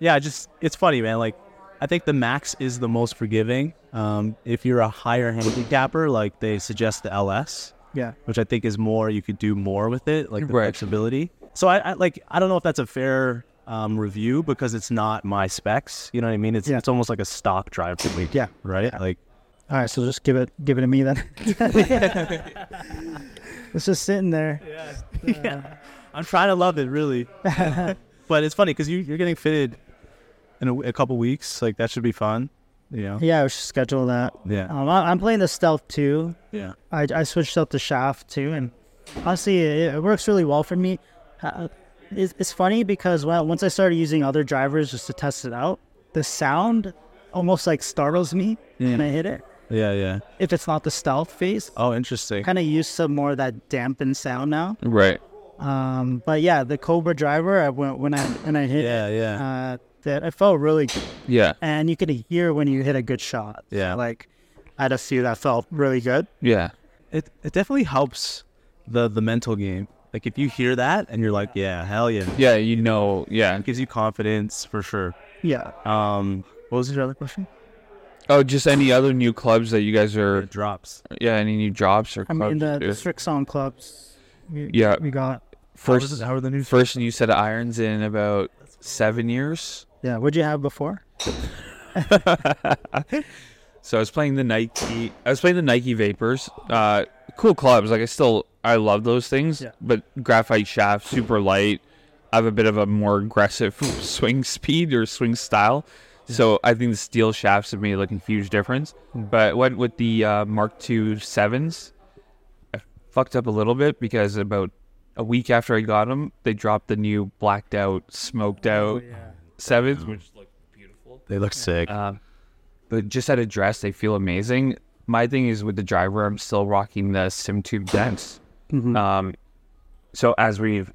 [SPEAKER 3] Yeah, I just it's funny, man. Like I think the max is the most forgiving. Um, if you're a higher handicapper, like they suggest the LS,
[SPEAKER 2] yeah.
[SPEAKER 3] which I think is more you could do more with it, like the
[SPEAKER 1] Right.
[SPEAKER 3] flexibility. So I, I like I don't know if that's a fair um, review because it's not my specs. You know what I mean? It's
[SPEAKER 2] Yeah.
[SPEAKER 3] it's almost like a stock drive for me.
[SPEAKER 2] Yeah.
[SPEAKER 3] Right? Like
[SPEAKER 2] All right. So just give it, give it to me then. It's just sitting there.
[SPEAKER 3] yeah. I'm trying to love it, really. but it's funny because you, you're getting fitted in a, a couple weeks. Like that should be fun. You know?
[SPEAKER 2] Yeah, we should schedule that.
[SPEAKER 3] Yeah.
[SPEAKER 2] Um, I, I'm playing the stealth too.
[SPEAKER 3] Yeah.
[SPEAKER 2] I, I switched up the shaft too, and honestly, it, it works really well for me. Uh, it's, it's funny because well, once I started using other drivers just to test it out, the sound almost like startles me when I hit it.
[SPEAKER 3] Yeah. Yeah.
[SPEAKER 2] If it's not the stealth phase,
[SPEAKER 3] Oh, interesting.
[SPEAKER 2] kind of used to more of that dampened sound now.
[SPEAKER 1] Right.
[SPEAKER 2] Um, but yeah, the Cobra driver, I went when I when I hit
[SPEAKER 3] Yeah.
[SPEAKER 2] it,
[SPEAKER 3] Yeah.
[SPEAKER 2] uh, that I felt really good
[SPEAKER 1] Yeah.
[SPEAKER 2] and you could hear when you hit a good shot. So,
[SPEAKER 3] Yeah.
[SPEAKER 2] like I had a few that felt really good.
[SPEAKER 1] Yeah.
[SPEAKER 3] it it definitely helps the the mental game. Like if you hear that and you're like, yeah, hell yeah,
[SPEAKER 1] Yeah. You know. Yeah.
[SPEAKER 3] it gives you confidence for sure.
[SPEAKER 2] Yeah,
[SPEAKER 3] Um, what was your other question?
[SPEAKER 1] Oh, just any other new clubs that you guys are?
[SPEAKER 3] It drops.
[SPEAKER 1] Yeah. Any new jobs or
[SPEAKER 2] I
[SPEAKER 1] clubs?
[SPEAKER 2] mean the,
[SPEAKER 1] Yeah.
[SPEAKER 2] the strict song clubs. We,
[SPEAKER 1] Yeah.
[SPEAKER 2] we got.
[SPEAKER 3] how, was
[SPEAKER 1] first,
[SPEAKER 3] it- how are the new
[SPEAKER 1] first new set of irons in about seven years.
[SPEAKER 2] Yeah, what'd you have before?
[SPEAKER 1] So I was playing the Nike. I was playing the Nike Vapors. Uh, cool clubs. Like I still, I love those things.
[SPEAKER 2] Yeah.
[SPEAKER 1] But graphite shaft, super light. I have a bit of a more aggressive swing speed or swing style. So I think the steel shafts have made like a huge difference. But I went with the uh, Mark II sevens. I fucked up a little bit because about a week after I got them, they dropped the new blacked out, smoked out sevens, which like beautiful.
[SPEAKER 3] They look sick.
[SPEAKER 1] Um, but just at a dress, they feel amazing. My thing is with the driver, I'm still rocking the SimTube Dense. Um, so as we've,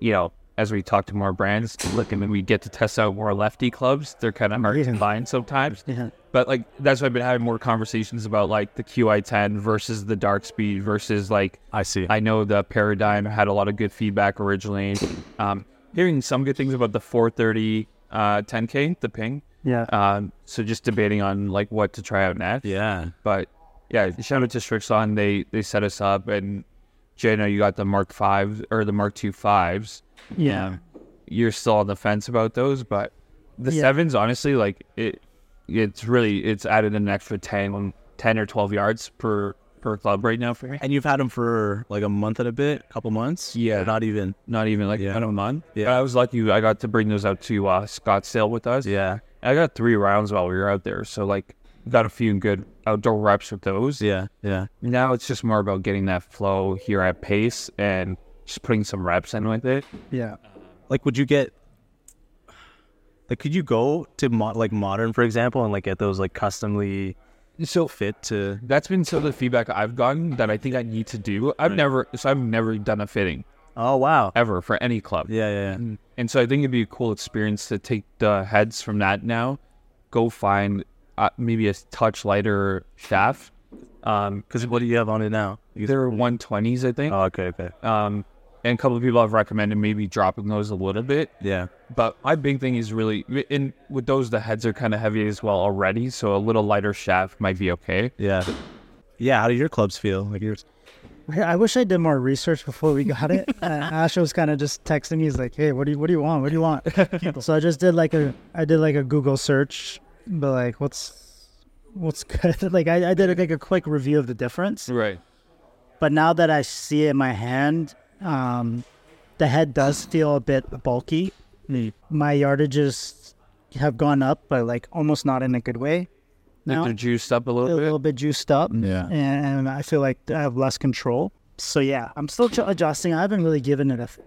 [SPEAKER 1] you know, as we talk to more brands, look, and then we get to test out more lefty clubs. They're kind of hard to find sometimes.
[SPEAKER 2] Yeah.
[SPEAKER 1] But like that's why I've been having more conversations about like the QI10 versus the Dark Speed versus like
[SPEAKER 3] I see.
[SPEAKER 1] I know the Paradigm had a lot of good feedback originally. Um, hearing some good things about the 430 uh, 10K, the ping.
[SPEAKER 2] Yeah,
[SPEAKER 1] Um, so just debating on like what to try out next.
[SPEAKER 3] yeah.
[SPEAKER 1] But yeah, shout out to Strixon. They they set us up, and Jay, I know you got the Mark Five or the Mark Two Fives.
[SPEAKER 2] yeah,
[SPEAKER 1] um, You're still on the fence about those, but the
[SPEAKER 2] Yeah.
[SPEAKER 1] sevens, honestly, like it, it's really it's added an extra 10, 10 or twelve yards per per club right now for me.
[SPEAKER 3] And you've had them for like a month and a bit, a couple months.
[SPEAKER 1] Yeah.
[SPEAKER 3] Or not even.
[SPEAKER 1] Not even like
[SPEAKER 3] Yeah.
[SPEAKER 1] yeah. a month.
[SPEAKER 3] Yeah.
[SPEAKER 1] But I was lucky. I got to bring those out to uh, Scottsdale with us.
[SPEAKER 3] Yeah,
[SPEAKER 1] I got three rounds while we were out there, so like got a few good outdoor reps with those.
[SPEAKER 3] yeah, yeah.
[SPEAKER 1] Now it's just more about getting that flow here at pace and just putting some reps in with it.
[SPEAKER 2] yeah.
[SPEAKER 3] Like, would you get? Like, could you go to mo- like modern, for example, and like get those like customly
[SPEAKER 1] So
[SPEAKER 3] fit to?
[SPEAKER 1] that's been some of the feedback I've gotten that I think I need to do. I've never so I've never done a fitting
[SPEAKER 3] Oh wow.
[SPEAKER 1] ever for any club. Mm.
[SPEAKER 3] Yeah, yeah, yeah.
[SPEAKER 1] And so I think it'd be a cool experience to take the heads from that now, go find uh, maybe a touch lighter shaft. Um,
[SPEAKER 3] Because what do you have on it now? You-
[SPEAKER 1] they're 120s, I think.
[SPEAKER 3] Oh, okay, okay.
[SPEAKER 1] Um, and a couple of people have recommended maybe dropping those a little bit.
[SPEAKER 3] Yeah.
[SPEAKER 1] But my big thing is really, and with those, the heads are kind of heavy as well already. So a little lighter shaft might be okay.
[SPEAKER 3] Yeah. Yeah. How do your clubs feel? Like yours?
[SPEAKER 2] I I wish I did more research before we got it. uh, Ash was kind of just texting me. He's like, "Hey, what do you what do you want? What do you want?" so I just did like a I did like a Google search, but like what's what's good? like I, I did like a quick review of the difference.
[SPEAKER 1] Right.
[SPEAKER 2] But now that I see it in my hand, um, the head does feel a bit bulky. My yardages have gone up, but like almost not in a good way. Now
[SPEAKER 1] They're juiced up a
[SPEAKER 2] a
[SPEAKER 1] little bit.
[SPEAKER 2] little bit juiced up.
[SPEAKER 3] Yeah.
[SPEAKER 2] And I feel like I have less control. So yeah, I'm still ch- adjusting. I haven't really given it a f-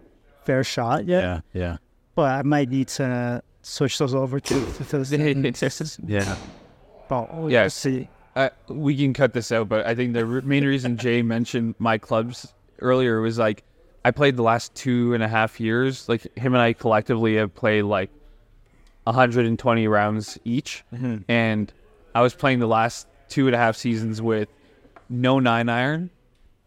[SPEAKER 2] fair shot yet,
[SPEAKER 3] Yeah. Yeah.
[SPEAKER 2] but I might need to switch those over to, to those.
[SPEAKER 3] Yeah.
[SPEAKER 2] But we'll
[SPEAKER 1] Yeah.
[SPEAKER 2] see.
[SPEAKER 1] I, Uh, we can cut this out, but I think the re- main reason Jay mentioned my clubs earlier was like I played the last two and a half years. Like him and I collectively have played like 120 rounds each,
[SPEAKER 2] Mm-hmm.
[SPEAKER 1] and I was playing the last two and a half seasons with no nine iron,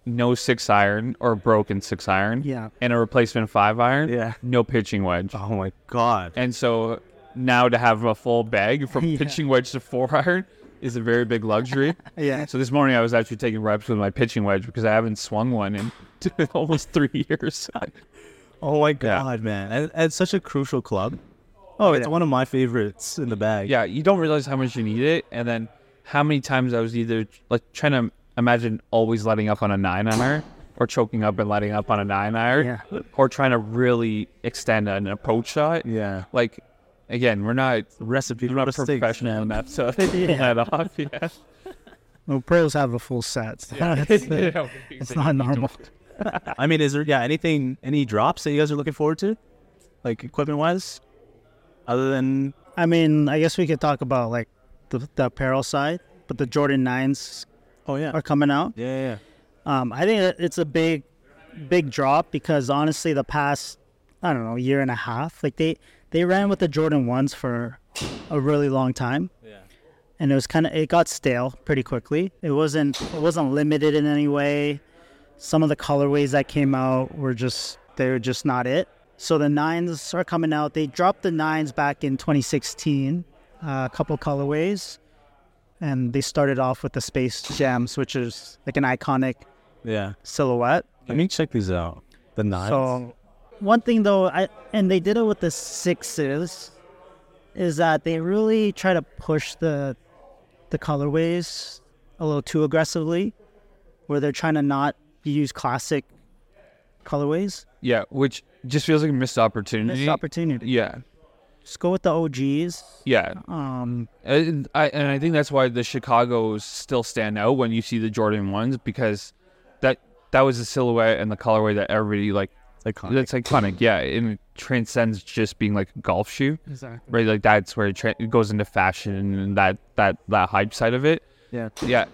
[SPEAKER 1] no six iron or broken six iron,
[SPEAKER 2] Yeah.
[SPEAKER 1] and a replacement five iron,
[SPEAKER 3] Yeah.
[SPEAKER 1] no pitching wedge,
[SPEAKER 3] Oh my god.
[SPEAKER 1] and so now to have a full bag from
[SPEAKER 2] Yeah.
[SPEAKER 1] pitching wedge to four iron is a very big luxury.
[SPEAKER 2] Yeah.
[SPEAKER 1] So this morning I was actually taking reps with my pitching wedge because I haven't swung one in almost three years.
[SPEAKER 3] Oh my
[SPEAKER 1] Yeah.
[SPEAKER 3] god, man. And, and it's such a crucial club.
[SPEAKER 2] Oh,
[SPEAKER 3] It's one of my favorites in the bag.
[SPEAKER 1] yeah, you don't realize how much you need it, and then how many times I was either like trying to imagine always letting up on a nine on her or choking up and letting up on a nine iron,
[SPEAKER 2] Yeah.
[SPEAKER 1] or trying to really extend an approach shot.
[SPEAKER 3] Yeah.
[SPEAKER 1] Like, again, we're not
[SPEAKER 3] Recipe
[SPEAKER 1] we're not
[SPEAKER 3] for mistakes.
[SPEAKER 1] professional enough to yeah. that off. Yeah,
[SPEAKER 2] Well, pros have a full set. so it's,
[SPEAKER 1] Yeah,
[SPEAKER 2] it's not normal.
[SPEAKER 3] I mean, is there yeah anything any drops that you guys are looking forward to, like equipment wise, other than
[SPEAKER 2] I mean, I guess we could talk about like the, the apparel side, but the Jordan Nines
[SPEAKER 3] oh yeah
[SPEAKER 2] are coming out.
[SPEAKER 3] yeah yeah, yeah.
[SPEAKER 2] Um, I think that it's a big, big drop because honestly, the past I don't know year and a half, like they they ran with the Jordan ones for a really long time. Yeah. And it was kind of it got stale pretty quickly. It wasn't it wasn't limited in any way. Some of the colorways that came out were just they were just not it. So the nines are coming out. They dropped the nines back in 2016, uh, a couple colorways, and they started off with the Space Jams, which is like an iconic
[SPEAKER 3] yeah.
[SPEAKER 2] silhouette.
[SPEAKER 3] Let me check these out. The nines.
[SPEAKER 2] So one thing though, I and they did it with the sixes, is that they really try to push the the colorways a little too aggressively, where they're trying to not use classic colorways.
[SPEAKER 1] yeah, which just feels like a missed opportunity.
[SPEAKER 2] Missed opportunity.
[SPEAKER 1] Yeah,
[SPEAKER 2] Just go with the OGs.
[SPEAKER 1] yeah.
[SPEAKER 2] Um,
[SPEAKER 1] And I and I think that's why the Chicago's still stand out when you see the Jordan ones because that that was the silhouette and the colorway that everybody like
[SPEAKER 3] It's iconic.
[SPEAKER 1] that's iconic. Yeah, and it transcends just being like a golf shoe,
[SPEAKER 2] exactly.
[SPEAKER 1] right? Like that's where it, tra- it goes into fashion and that that that hype side of it.
[SPEAKER 3] yeah.
[SPEAKER 1] Yeah,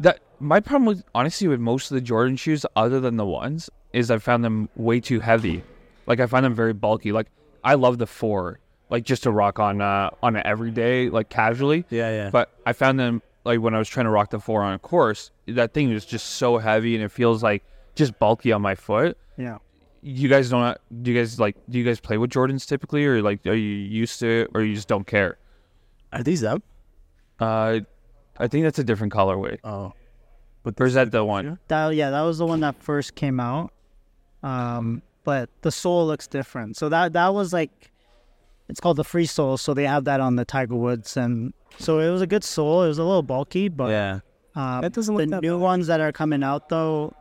[SPEAKER 1] that my problem with honestly with most of the Jordan shoes, other than the ones, is I found them way too heavy. Like I find them very bulky. Like I love the four, like just to rock on uh on an everyday like casually.
[SPEAKER 3] Yeah, yeah.
[SPEAKER 1] But I found them like when I was trying to rock the four on a course, that thing is just so heavy and it feels like just bulky on my foot.
[SPEAKER 2] Yeah.
[SPEAKER 1] You guys don't do you guys like do you guys play with Jordans typically or like are you used to it or you just don't care?
[SPEAKER 3] Are these up?
[SPEAKER 1] Uh I think that's a different colorway.
[SPEAKER 3] Oh,
[SPEAKER 1] Or is that the one?
[SPEAKER 2] That yeah, that was the one that first came out. Um, but the sole looks different. So that that was like it's called the free sole, so they have that on the Tiger Woods and so it was a good sole. It was a little bulky, but
[SPEAKER 3] yeah.
[SPEAKER 2] um,
[SPEAKER 3] That doesn't look
[SPEAKER 2] the
[SPEAKER 3] that
[SPEAKER 2] new ones that are coming out though,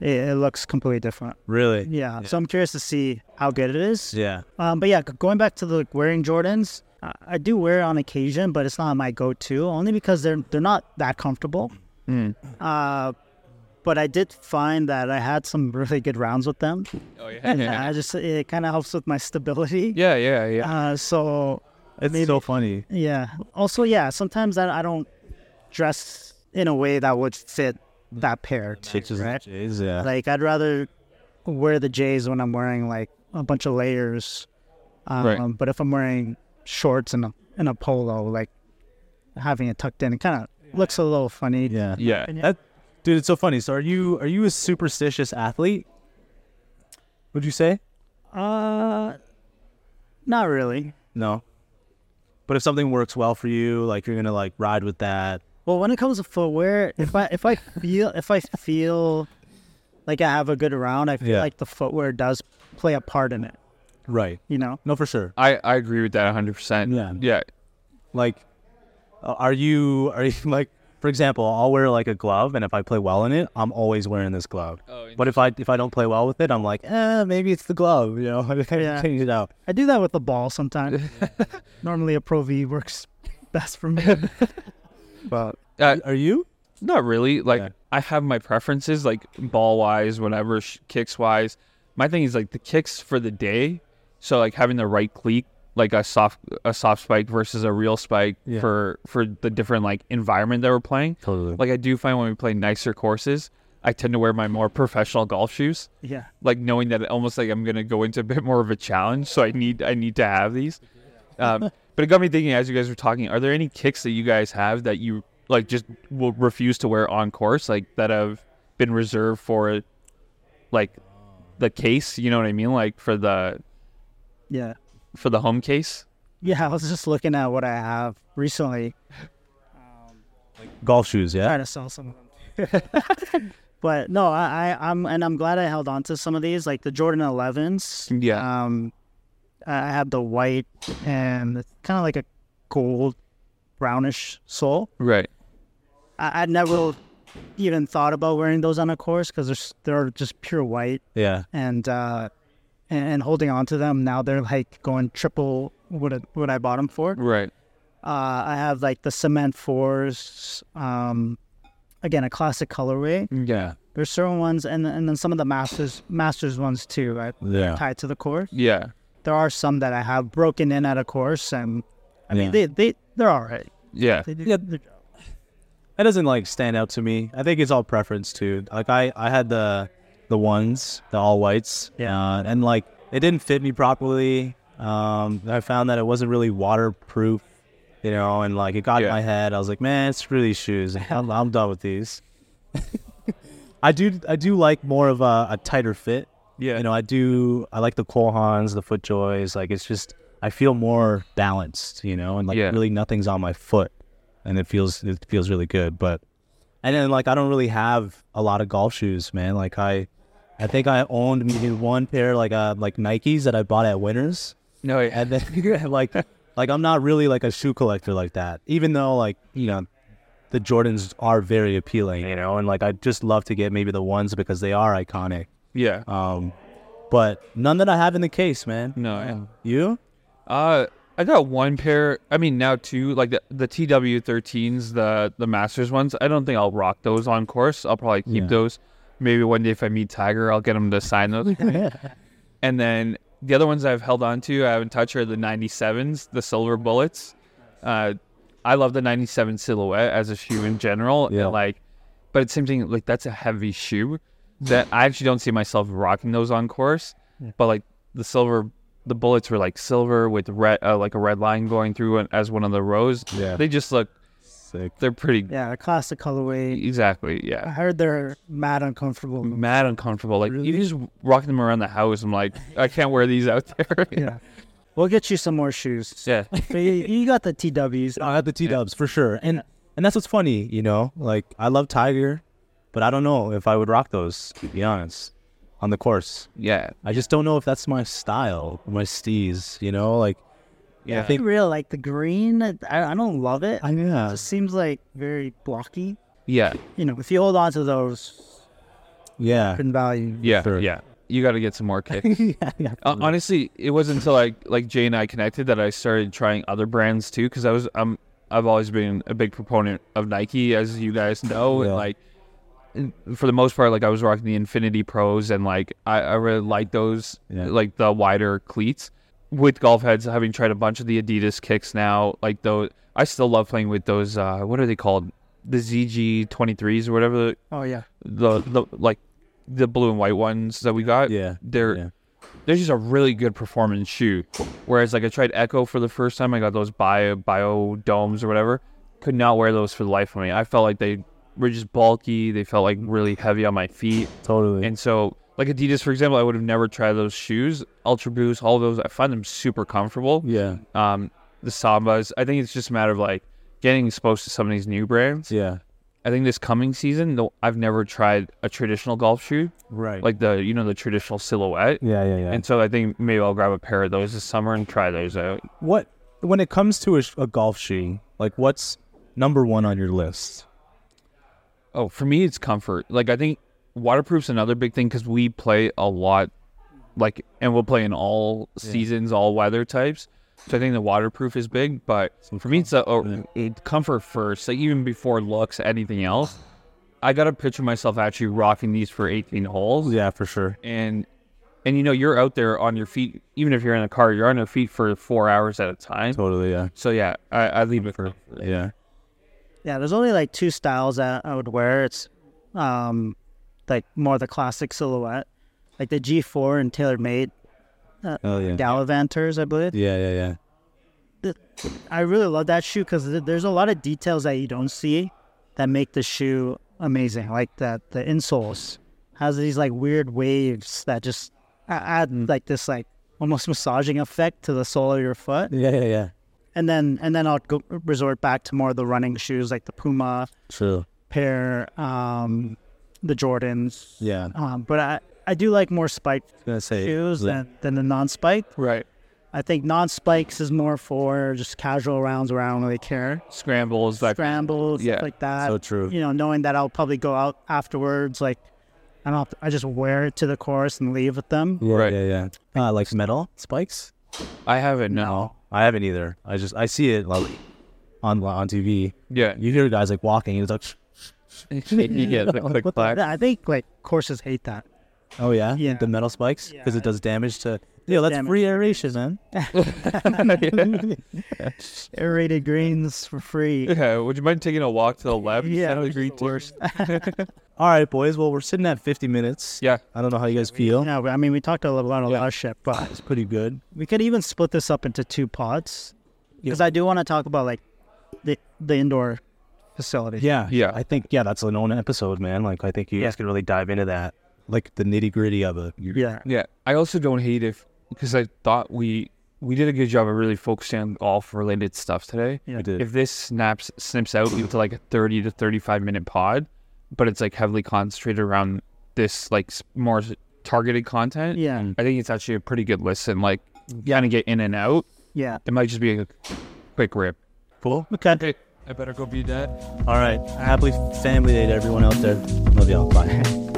[SPEAKER 2] it, it looks completely different.
[SPEAKER 3] Really?
[SPEAKER 2] Yeah. So I'm curious to see how good it is.
[SPEAKER 3] Yeah.
[SPEAKER 2] Um, but yeah, g- going back to the like, wearing Jordans, I, I do wear it on occasion, but it's not my go-to only because they're they're not that comfortable. Uh, but I did find that I had some really good rounds with them.
[SPEAKER 1] Oh
[SPEAKER 2] And I just it kind of helps with my stability.
[SPEAKER 1] Yeah, yeah, yeah.
[SPEAKER 2] Uh, so
[SPEAKER 3] It's so funny.
[SPEAKER 2] yeah. Also, yeah. Sometimes I, I don't dress in a way that would fit that pair. Too,
[SPEAKER 3] Pictures
[SPEAKER 2] right?
[SPEAKER 3] yeah.
[SPEAKER 2] Like I'd rather wear the J's when I'm wearing like a bunch of layers. Um,
[SPEAKER 1] Right.
[SPEAKER 2] But if I'm wearing shorts and a and a polo, like having it tucked in, it kind of looks a little funny.
[SPEAKER 3] yeah.
[SPEAKER 1] Yeah.
[SPEAKER 3] That, dude, it's so funny. So are you are you a superstitious athlete? Would you say?
[SPEAKER 2] Uh, not really.
[SPEAKER 3] No. But if something works well for you, like you're gonna like ride with that.
[SPEAKER 2] Well, when it comes to footwear, if I if I feel if I feel like I have a good round, I feel
[SPEAKER 3] Yeah.
[SPEAKER 2] like the footwear does play a part in it.
[SPEAKER 3] Right.
[SPEAKER 2] You know.
[SPEAKER 3] No, for sure.
[SPEAKER 1] I, I agree with that 100%.
[SPEAKER 3] Yeah.
[SPEAKER 1] Yeah.
[SPEAKER 3] Like, uh, are you are you like? For example, I'll wear like a glove, and if I play well in it, I'm always wearing this glove.
[SPEAKER 1] Oh,
[SPEAKER 3] but if I if I don't play well with it, I'm like, eh, maybe it's the glove. You know, I kind
[SPEAKER 2] Yeah.
[SPEAKER 3] of change it out.
[SPEAKER 2] I do that with the ball sometimes. Normally, a Pro V works best for me.
[SPEAKER 3] But
[SPEAKER 1] Uh,
[SPEAKER 3] are you?
[SPEAKER 1] not really. Like,
[SPEAKER 3] Yeah.
[SPEAKER 1] I have my preferences, like ball wise, whatever, sh- kicks wise. My thing is like the kicks for the day. So, like, having the right cleat, like a soft a soft spike versus a real spike
[SPEAKER 3] Yeah.
[SPEAKER 1] for for the different like environment that we're playing.
[SPEAKER 3] Totally.
[SPEAKER 1] Like, I do find when we play nicer courses, I tend to wear my more professional golf shoes.
[SPEAKER 2] yeah.
[SPEAKER 1] like knowing that almost like I'm gonna go into a bit more of a challenge. So I need I need to have these. Um, but it got me thinking as you guys were talking. Are there any kicks that you guys have that you like just will refuse to wear on course, like that have been reserved for like the case? You know what I mean? Like for the
[SPEAKER 2] Yeah.
[SPEAKER 1] for the home case.
[SPEAKER 2] Yeah, I was just looking at what I have recently,
[SPEAKER 3] Golf shoes, yeah.
[SPEAKER 2] trying to sell some of them. but no, I, I, I'm and I'm glad I held on to some of these, like the Jordan 11s.
[SPEAKER 1] Yeah.
[SPEAKER 2] Um, I I have the white and it's kind of like a gold brownish sole.
[SPEAKER 1] right.
[SPEAKER 2] I, I never even thought about wearing those on a course because they're s- they're just pure white
[SPEAKER 3] Yeah.
[SPEAKER 2] and uh, and, and holding on to them now they're like going triple what it, what I bought them for.
[SPEAKER 1] Right.
[SPEAKER 2] Uh, I have like the cement fours, um, again a classic colorway.
[SPEAKER 3] Mm.
[SPEAKER 1] Yeah.
[SPEAKER 2] There's certain ones, and and then some of the masters masters ones too, right?
[SPEAKER 3] Yeah.
[SPEAKER 2] Tied to the course.
[SPEAKER 1] Yeah.
[SPEAKER 2] There are some that I have broken in at a course, and I mean
[SPEAKER 3] Yeah.
[SPEAKER 2] they they they're all right.
[SPEAKER 1] Yeah.
[SPEAKER 2] They do.
[SPEAKER 3] Yeah. That doesn't like stand out to me. I think it's all preference too. Like I, I had the the ones, the all whites.
[SPEAKER 2] Yeah.
[SPEAKER 3] uh, and like it didn't fit me properly. Um, I found that it wasn't really waterproof, you know, and like it got
[SPEAKER 1] Yeah.
[SPEAKER 3] in my head. I was like, man, screw these shoes. I'm, I'm done with these. I do, I do like more of a, a tighter fit.
[SPEAKER 1] Yeah.
[SPEAKER 3] You know, I do. I like the Kohans, the FootJoys. Like it's just, I feel more balanced. You know, and like
[SPEAKER 1] Yeah.
[SPEAKER 3] really nothing's on my foot, and it feels it feels really good. But and then like I don't really have a lot of golf shoes, man. Like I, I think I owned maybe one pair like uh like Nikes that I bought at Winners,
[SPEAKER 1] No. Yeah.
[SPEAKER 3] and then like like I'm not really like a shoe collector like that. Even though like you know, the Jordans are very appealing, you know, and like I just love to get maybe the ones because they are iconic.
[SPEAKER 1] yeah.
[SPEAKER 3] Um, but none that I have in the case, man.
[SPEAKER 1] No, yeah.
[SPEAKER 3] You?
[SPEAKER 1] Uh, I got one pair. I mean, now two, like the, the TW13s, the the Masters ones. I don't think I'll rock those on course. I'll probably keep
[SPEAKER 3] Yeah.
[SPEAKER 1] those. Maybe one day if I meet Tiger, I'll get him to sign those. and then the other ones I've held on to, I haven't touched, are the 97s, the Silver Bullets. Uh, I love the 97 silhouette as a shoe in general.
[SPEAKER 3] Yeah.
[SPEAKER 1] And like, but it's same thing. Like that's a heavy shoe that I actually don't see myself rocking those on course. But like the silver, the bullets were like silver with red, uh, like a red line going through it as one of the rows.
[SPEAKER 3] Yeah.
[SPEAKER 1] They just look.
[SPEAKER 3] Sick.
[SPEAKER 1] They're pretty.
[SPEAKER 2] Yeah, a classic colorway.
[SPEAKER 1] Exactly.
[SPEAKER 2] I
[SPEAKER 1] Yeah.
[SPEAKER 2] heard they're mad uncomfortable.
[SPEAKER 3] Mm.
[SPEAKER 1] Mad uncomfortable. Like
[SPEAKER 3] Really?
[SPEAKER 1] you just rocking them around the house. I'm like, I can't wear these out there.
[SPEAKER 2] Yeah. We'll get you some more shoes.
[SPEAKER 1] yeah.
[SPEAKER 2] But you, you got the TWs.
[SPEAKER 3] I have the T Dubs for sure, and and that's what's funny, you know. Like I love Tiger, but I don't know if I would rock those. To be honest, on the course,
[SPEAKER 1] Yeah.
[SPEAKER 3] I just don't know if that's my style, my steez. You know, like
[SPEAKER 1] Yeah.
[SPEAKER 3] I think.
[SPEAKER 2] Real like the green. I, I don't love it.
[SPEAKER 3] I yeah.
[SPEAKER 2] It seems like very blocky.
[SPEAKER 1] Yeah.
[SPEAKER 2] You know, if you hold on to those,
[SPEAKER 3] Yeah.
[SPEAKER 2] in value.
[SPEAKER 1] Yeah.
[SPEAKER 3] Sure.
[SPEAKER 1] Yeah. You got to get some more kicks.
[SPEAKER 3] yeah, yeah.
[SPEAKER 1] Uh, honestly, it wasn't until like like Jay and I connected that I started trying other brands too. Because I was um I've always been a big proponent of Nike, as you guys know. And
[SPEAKER 3] Yeah.
[SPEAKER 1] like and for the most part, like I was rocking the Infinity Pros, and like I, I really like those,
[SPEAKER 3] Yeah.
[SPEAKER 1] like the wider cleats. With golf heads, having tried a bunch of the Adidas kicks now, like those, I still love playing with those. Uh, what are they called? The ZG twenty threes or whatever
[SPEAKER 2] Oh yeah.
[SPEAKER 1] the the like the blue and white ones that we got.
[SPEAKER 3] Yeah,
[SPEAKER 1] They're
[SPEAKER 3] yeah.
[SPEAKER 1] they're just a really good performance shoe. Whereas like I tried Echo for the first time, I got those bio bio domes or whatever. Could not wear those for the life of me. I felt like they were just bulky. They felt like really heavy on my feet.
[SPEAKER 3] Totally.
[SPEAKER 1] And so like Adidas, for example, I would have never tried those shoes. Ultra Boost, all those, I find them super comfortable
[SPEAKER 3] yeah.
[SPEAKER 1] um, the Sambas. I think it's just a matter of like getting exposed to some of these new brands.
[SPEAKER 3] Yeah.
[SPEAKER 1] I think this coming season, though, I've never tried a traditional golf shoe,
[SPEAKER 3] Right.
[SPEAKER 1] like the you know the traditional silhouette.
[SPEAKER 3] Yeah. Yeah. Yeah.
[SPEAKER 1] And so I think maybe I'll grab a pair of those this summer and try those out.
[SPEAKER 3] what when it comes to a, sh- a golf shoe, like what's number one on your list?
[SPEAKER 1] Oh, for me, it's comfort. Like I think waterproof's another big thing because we play a lot, like, and we'll play in all seasons, all weather types. So I think the waterproof is big, but for me, it's a, a, it- comfort first. Like even before looks, anything else. I gotta picture myself actually rocking these for 18 holes.
[SPEAKER 3] Yeah, for sure.
[SPEAKER 1] and and you know you're out there on your feet even if you're in a car you're on your feet for four hours at a time
[SPEAKER 3] Totally. Yeah.
[SPEAKER 1] so yeah i, I leave it for
[SPEAKER 3] Yeah.
[SPEAKER 2] Yeah. There's only like two styles that I would wear. It's, um, like more the classic silhouette, like the G4 and TaylorMade
[SPEAKER 3] Oh yeah.
[SPEAKER 2] Galavanters, I believe.
[SPEAKER 3] Yeah. Yeah. Yeah.
[SPEAKER 2] I really love that shoe because th- there's a lot of details that you don't see that make the shoe amazing. Like that, the insoles has these like weird waves that just a- add like this like almost massaging effect to the sole of your foot.
[SPEAKER 3] Yeah. Yeah. Yeah.
[SPEAKER 2] And then and then I'll go, resort back to more of the running shoes like the Puma
[SPEAKER 3] True.
[SPEAKER 2] pair, um, the Jordans.
[SPEAKER 3] Yeah. I was
[SPEAKER 2] Um, but I I do like more spiked
[SPEAKER 3] gonna say
[SPEAKER 2] shoes
[SPEAKER 3] yeah.
[SPEAKER 2] than, than the non-spiked.
[SPEAKER 1] right
[SPEAKER 2] I think non-spikes is more for just casual rounds where I don't really care.
[SPEAKER 1] Scrambles, like
[SPEAKER 2] Scrambles,
[SPEAKER 1] Yeah,
[SPEAKER 2] stuff like that.
[SPEAKER 3] so true.
[SPEAKER 2] You know, knowing that I'll probably go out afterwards, like I don't, have to, I just wear it to the course and leave with them.
[SPEAKER 3] Yeah,
[SPEAKER 1] Right.
[SPEAKER 3] yeah, yeah. Uh, like metal spikes?
[SPEAKER 1] I haven't. No.
[SPEAKER 3] I haven't either. I just I see it like on on TV.
[SPEAKER 1] Yeah.
[SPEAKER 3] You hear guys like walking. It's like,
[SPEAKER 1] yeah. Like, like
[SPEAKER 2] What the-
[SPEAKER 1] black.
[SPEAKER 2] I think like courses hate that.
[SPEAKER 3] oh yeah,
[SPEAKER 2] Yeah.
[SPEAKER 3] the metal spikes because
[SPEAKER 2] Yeah.
[SPEAKER 3] it does damage to. Yo, that's
[SPEAKER 2] Damage.
[SPEAKER 3] free aeration, man.
[SPEAKER 2] Aerated greens for free.
[SPEAKER 1] Yeah. Would you mind taking a walk to the left?
[SPEAKER 2] Yeah,
[SPEAKER 1] That'll
[SPEAKER 2] it's
[SPEAKER 1] agree
[SPEAKER 2] the
[SPEAKER 1] to-
[SPEAKER 2] worst.
[SPEAKER 3] All right, boys. Well, we're sitting at 50 minutes.
[SPEAKER 1] Yeah.
[SPEAKER 3] I don't know how you guys feel.
[SPEAKER 2] no, I mean we talked a little about a lot of shit, but
[SPEAKER 3] It's pretty good.
[SPEAKER 2] we could even split this up into two pods
[SPEAKER 3] Yeah.
[SPEAKER 2] because I do want to talk about like the the indoor facility.
[SPEAKER 3] Yeah,
[SPEAKER 1] Yeah.
[SPEAKER 3] I think yeah, that's an own episode, man. Like I think you guys could really dive into that, like the nitty gritty of it.
[SPEAKER 2] Yeah.
[SPEAKER 1] Yeah, I also don't hate if because I thought we we did a good job of really focusing on golf related stuff today.
[SPEAKER 2] Yeah.
[SPEAKER 3] I did.
[SPEAKER 1] If this snaps snips out into like a thirty to thirty five minute pod, but it's like heavily concentrated around this like s- more s- targeted content.
[SPEAKER 2] Yeah.
[SPEAKER 1] I think it's actually a pretty good listen. Like, you gotta get in and out.
[SPEAKER 2] Yeah.
[SPEAKER 1] It might just be a quick rip.
[SPEAKER 3] Cool.
[SPEAKER 2] Okay.
[SPEAKER 1] Okay, I better go be dead.
[SPEAKER 3] All right. Happily family day to everyone out there. Love y'all. Bye.